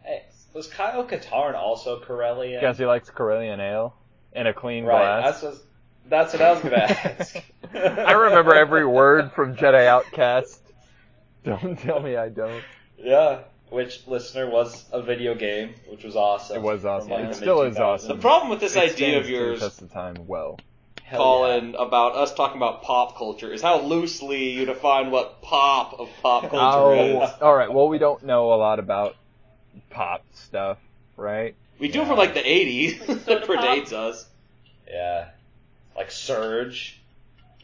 S5: Hey, was Kyle Katarn also Corellian?
S2: Guess he likes Corellian ale in a clean
S5: right.
S2: glass.
S5: That's what, that's what I was gonna ask.
S2: I remember every word from Jedi Outcast. Don't tell me I don't.
S5: Yeah, which listener was a video game, which was awesome.
S2: It was awesome.
S5: From,
S2: It
S5: the
S2: still is
S5: mid-2000s.
S7: The
S2: awesome.
S7: problem with this
S2: It
S7: idea
S2: stands
S7: of
S2: to the
S7: yours,
S2: test of time well.
S5: Hell
S7: Colin, about us talking about pop culture is how loosely you define what pop of pop culture
S2: Oh,
S7: is.
S2: all right. Well, we don't know a lot about pop stuff, right?
S7: We do
S5: yeah.
S7: from like the 80s.
S4: soda
S7: that predates us.
S5: Yeah. Yeah. Like Surge.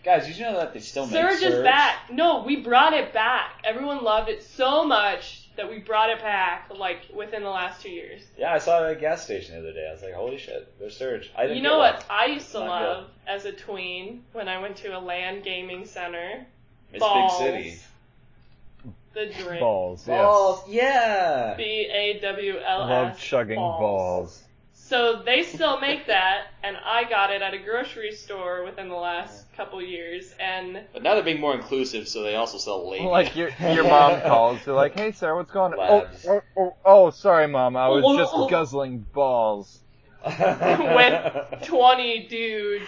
S5: Guys, did you know that they still make
S4: Surge
S5: Surge?
S4: is back. No, we brought it back. Everyone loved it so much that we brought it back, like, within the last two years.
S5: Yeah, I saw it at a gas station the other day. I was like, holy shit, there's Surge. I didn't
S4: You
S5: get
S4: know
S5: one.
S4: what I used to
S5: Not
S4: love as a tween when I went to a land gaming center?
S5: It's
S4: Balls.
S5: Big City.
S4: The drink.
S2: Balls. Yes.
S5: Balls, yeah.
S4: B A W L S.
S2: Love chugging balls.
S4: So they still make that, and I got it at a grocery store within the last couple years, and
S7: But now they're being more inclusive, so they also sell labia.
S2: Like your your mom calls, you're like, "Hey, sir, what's going on?" Oh,
S5: Labs.
S2: oh, oh, oh, sorry, mom. I was
S4: Oh, oh,
S2: just
S4: oh.
S2: guzzling balls.
S4: with 20 dudes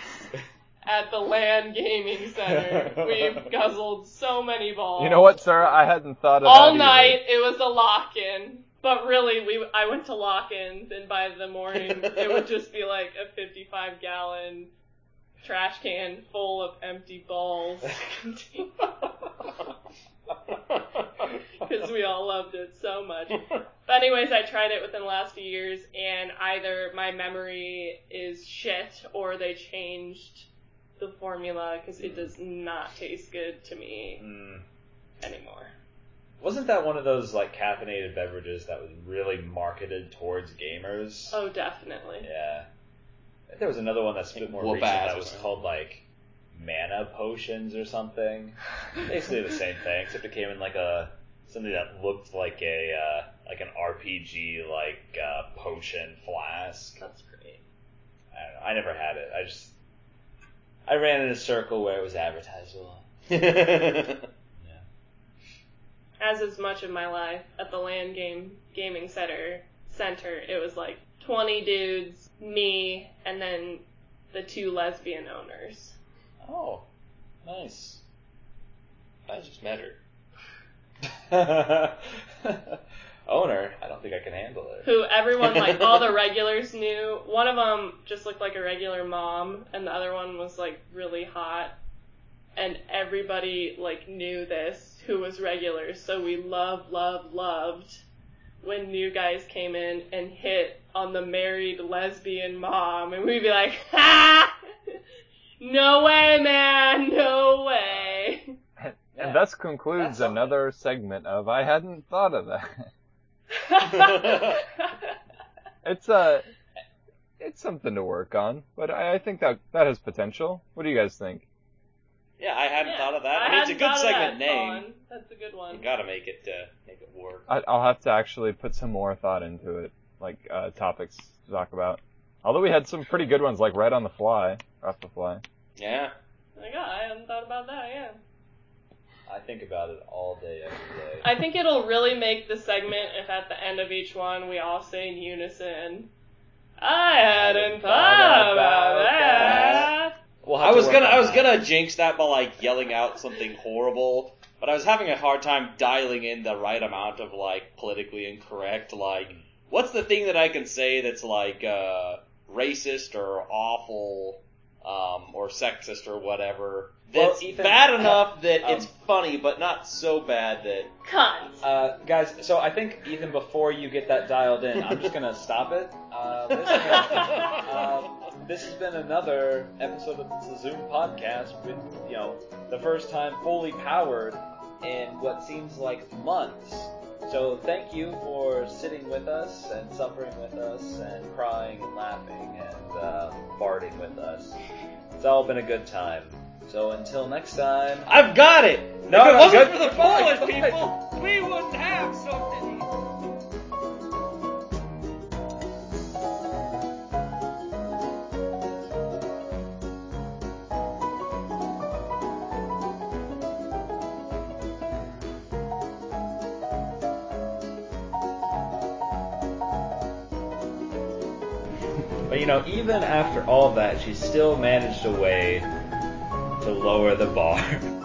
S4: at the land gaming center, we've guzzled so many balls.
S2: You know what, sir? I hadn't thought of
S4: All
S2: that
S4: night it was a lock in, but really we I went to lock ins, and by the morning it would just be like a 55 gallon trash can full of empty balls. because we all loved it so much. But anyways, I tried it within the last few years, and either my memory is shit or they changed the formula because it does not taste good to me
S5: Mm.
S4: anymore.
S5: Wasn't that one of those like caffeinated beverages that was really marketed towards gamers?
S4: Oh, definitely.
S5: Yeah. There was another one that's a bit more
S7: Whoop
S5: recent
S7: ass
S5: that
S7: or
S5: was
S7: something.
S5: called like mana potions or something. Basically the same thing, except it came in like a something that looked like a uh, like an RPG like uh, potion flask.
S4: That's great.
S5: I don't know. I never had it. I just I ran in a circle where it was advertised a lot.
S4: as is much of my life at the land game gaming center center it was like 20 dudes me and then the two lesbian owners
S5: Oh, nice.
S3: I just met her.
S5: Owner, I don't think I can handle it.
S4: who everyone like all the regulars knew one of them just looked like a regular mom and the other one was like really hot and everybody like knew this who was regular so we love love loved when new guys came in and hit on the married lesbian mom and we'd be like ha no way man no way
S2: And thus
S5: That's
S2: concludes
S5: something.
S2: another segment of I hadn't thought of that. It's uh, it's something to work on, but I, I think that that has potential. What do you guys think?
S3: Yeah, I hadn't
S4: Yeah,
S3: thought of that.
S4: I
S3: I mean, it's a
S4: hadn't
S3: good
S4: thought of
S3: segment
S4: that,
S3: name.
S4: Colin. that's a good one
S3: You gotta make it uh, make it work.
S2: I, I'll have to actually put some more thought into it, like uh, topics to talk about. Although we had some pretty good ones, like right on the fly, off the fly.
S3: Yeah.
S4: Like, oh, I hadn't thought about that, yeah.
S5: I think about it all day, every day.
S4: I think it'll really make the segment if at the end of each one we all say in unison, I hadn't thought about that.
S5: We'll have
S3: I
S5: to
S3: was
S5: work
S3: gonna
S5: on
S3: I was
S5: that.
S3: gonna jinx that by like yelling out something horrible, but I was having a hard time dialing in the right amount of like politically incorrect. Like, what's the thing that I can say that's like uh, racist or awful um, or sexist or whatever?
S5: Well,
S3: That's
S5: Ethan,
S3: bad enough that
S5: um,
S3: it's funny, but not so bad that
S4: Cunt.
S5: Uh, guys, so I think Ethan, before you get that dialed in, I'm just gonna stop it. Uh, listeners, um, this has been another episode of the Zoom podcast with, you know, the first time fully powered in what seems like months. So thank you for sitting with us and suffering with us and crying and laughing and uh, farting with us. It's all been a good time. So until next time.
S3: I've got it.
S5: No,
S3: if it
S5: no,
S3: wasn't
S5: good- Oh
S3: for the
S5: good
S3: Polish
S5: point, good
S3: people, we wouldn't have something.
S5: But you know, even after all that, she still managed a way to lower the bar.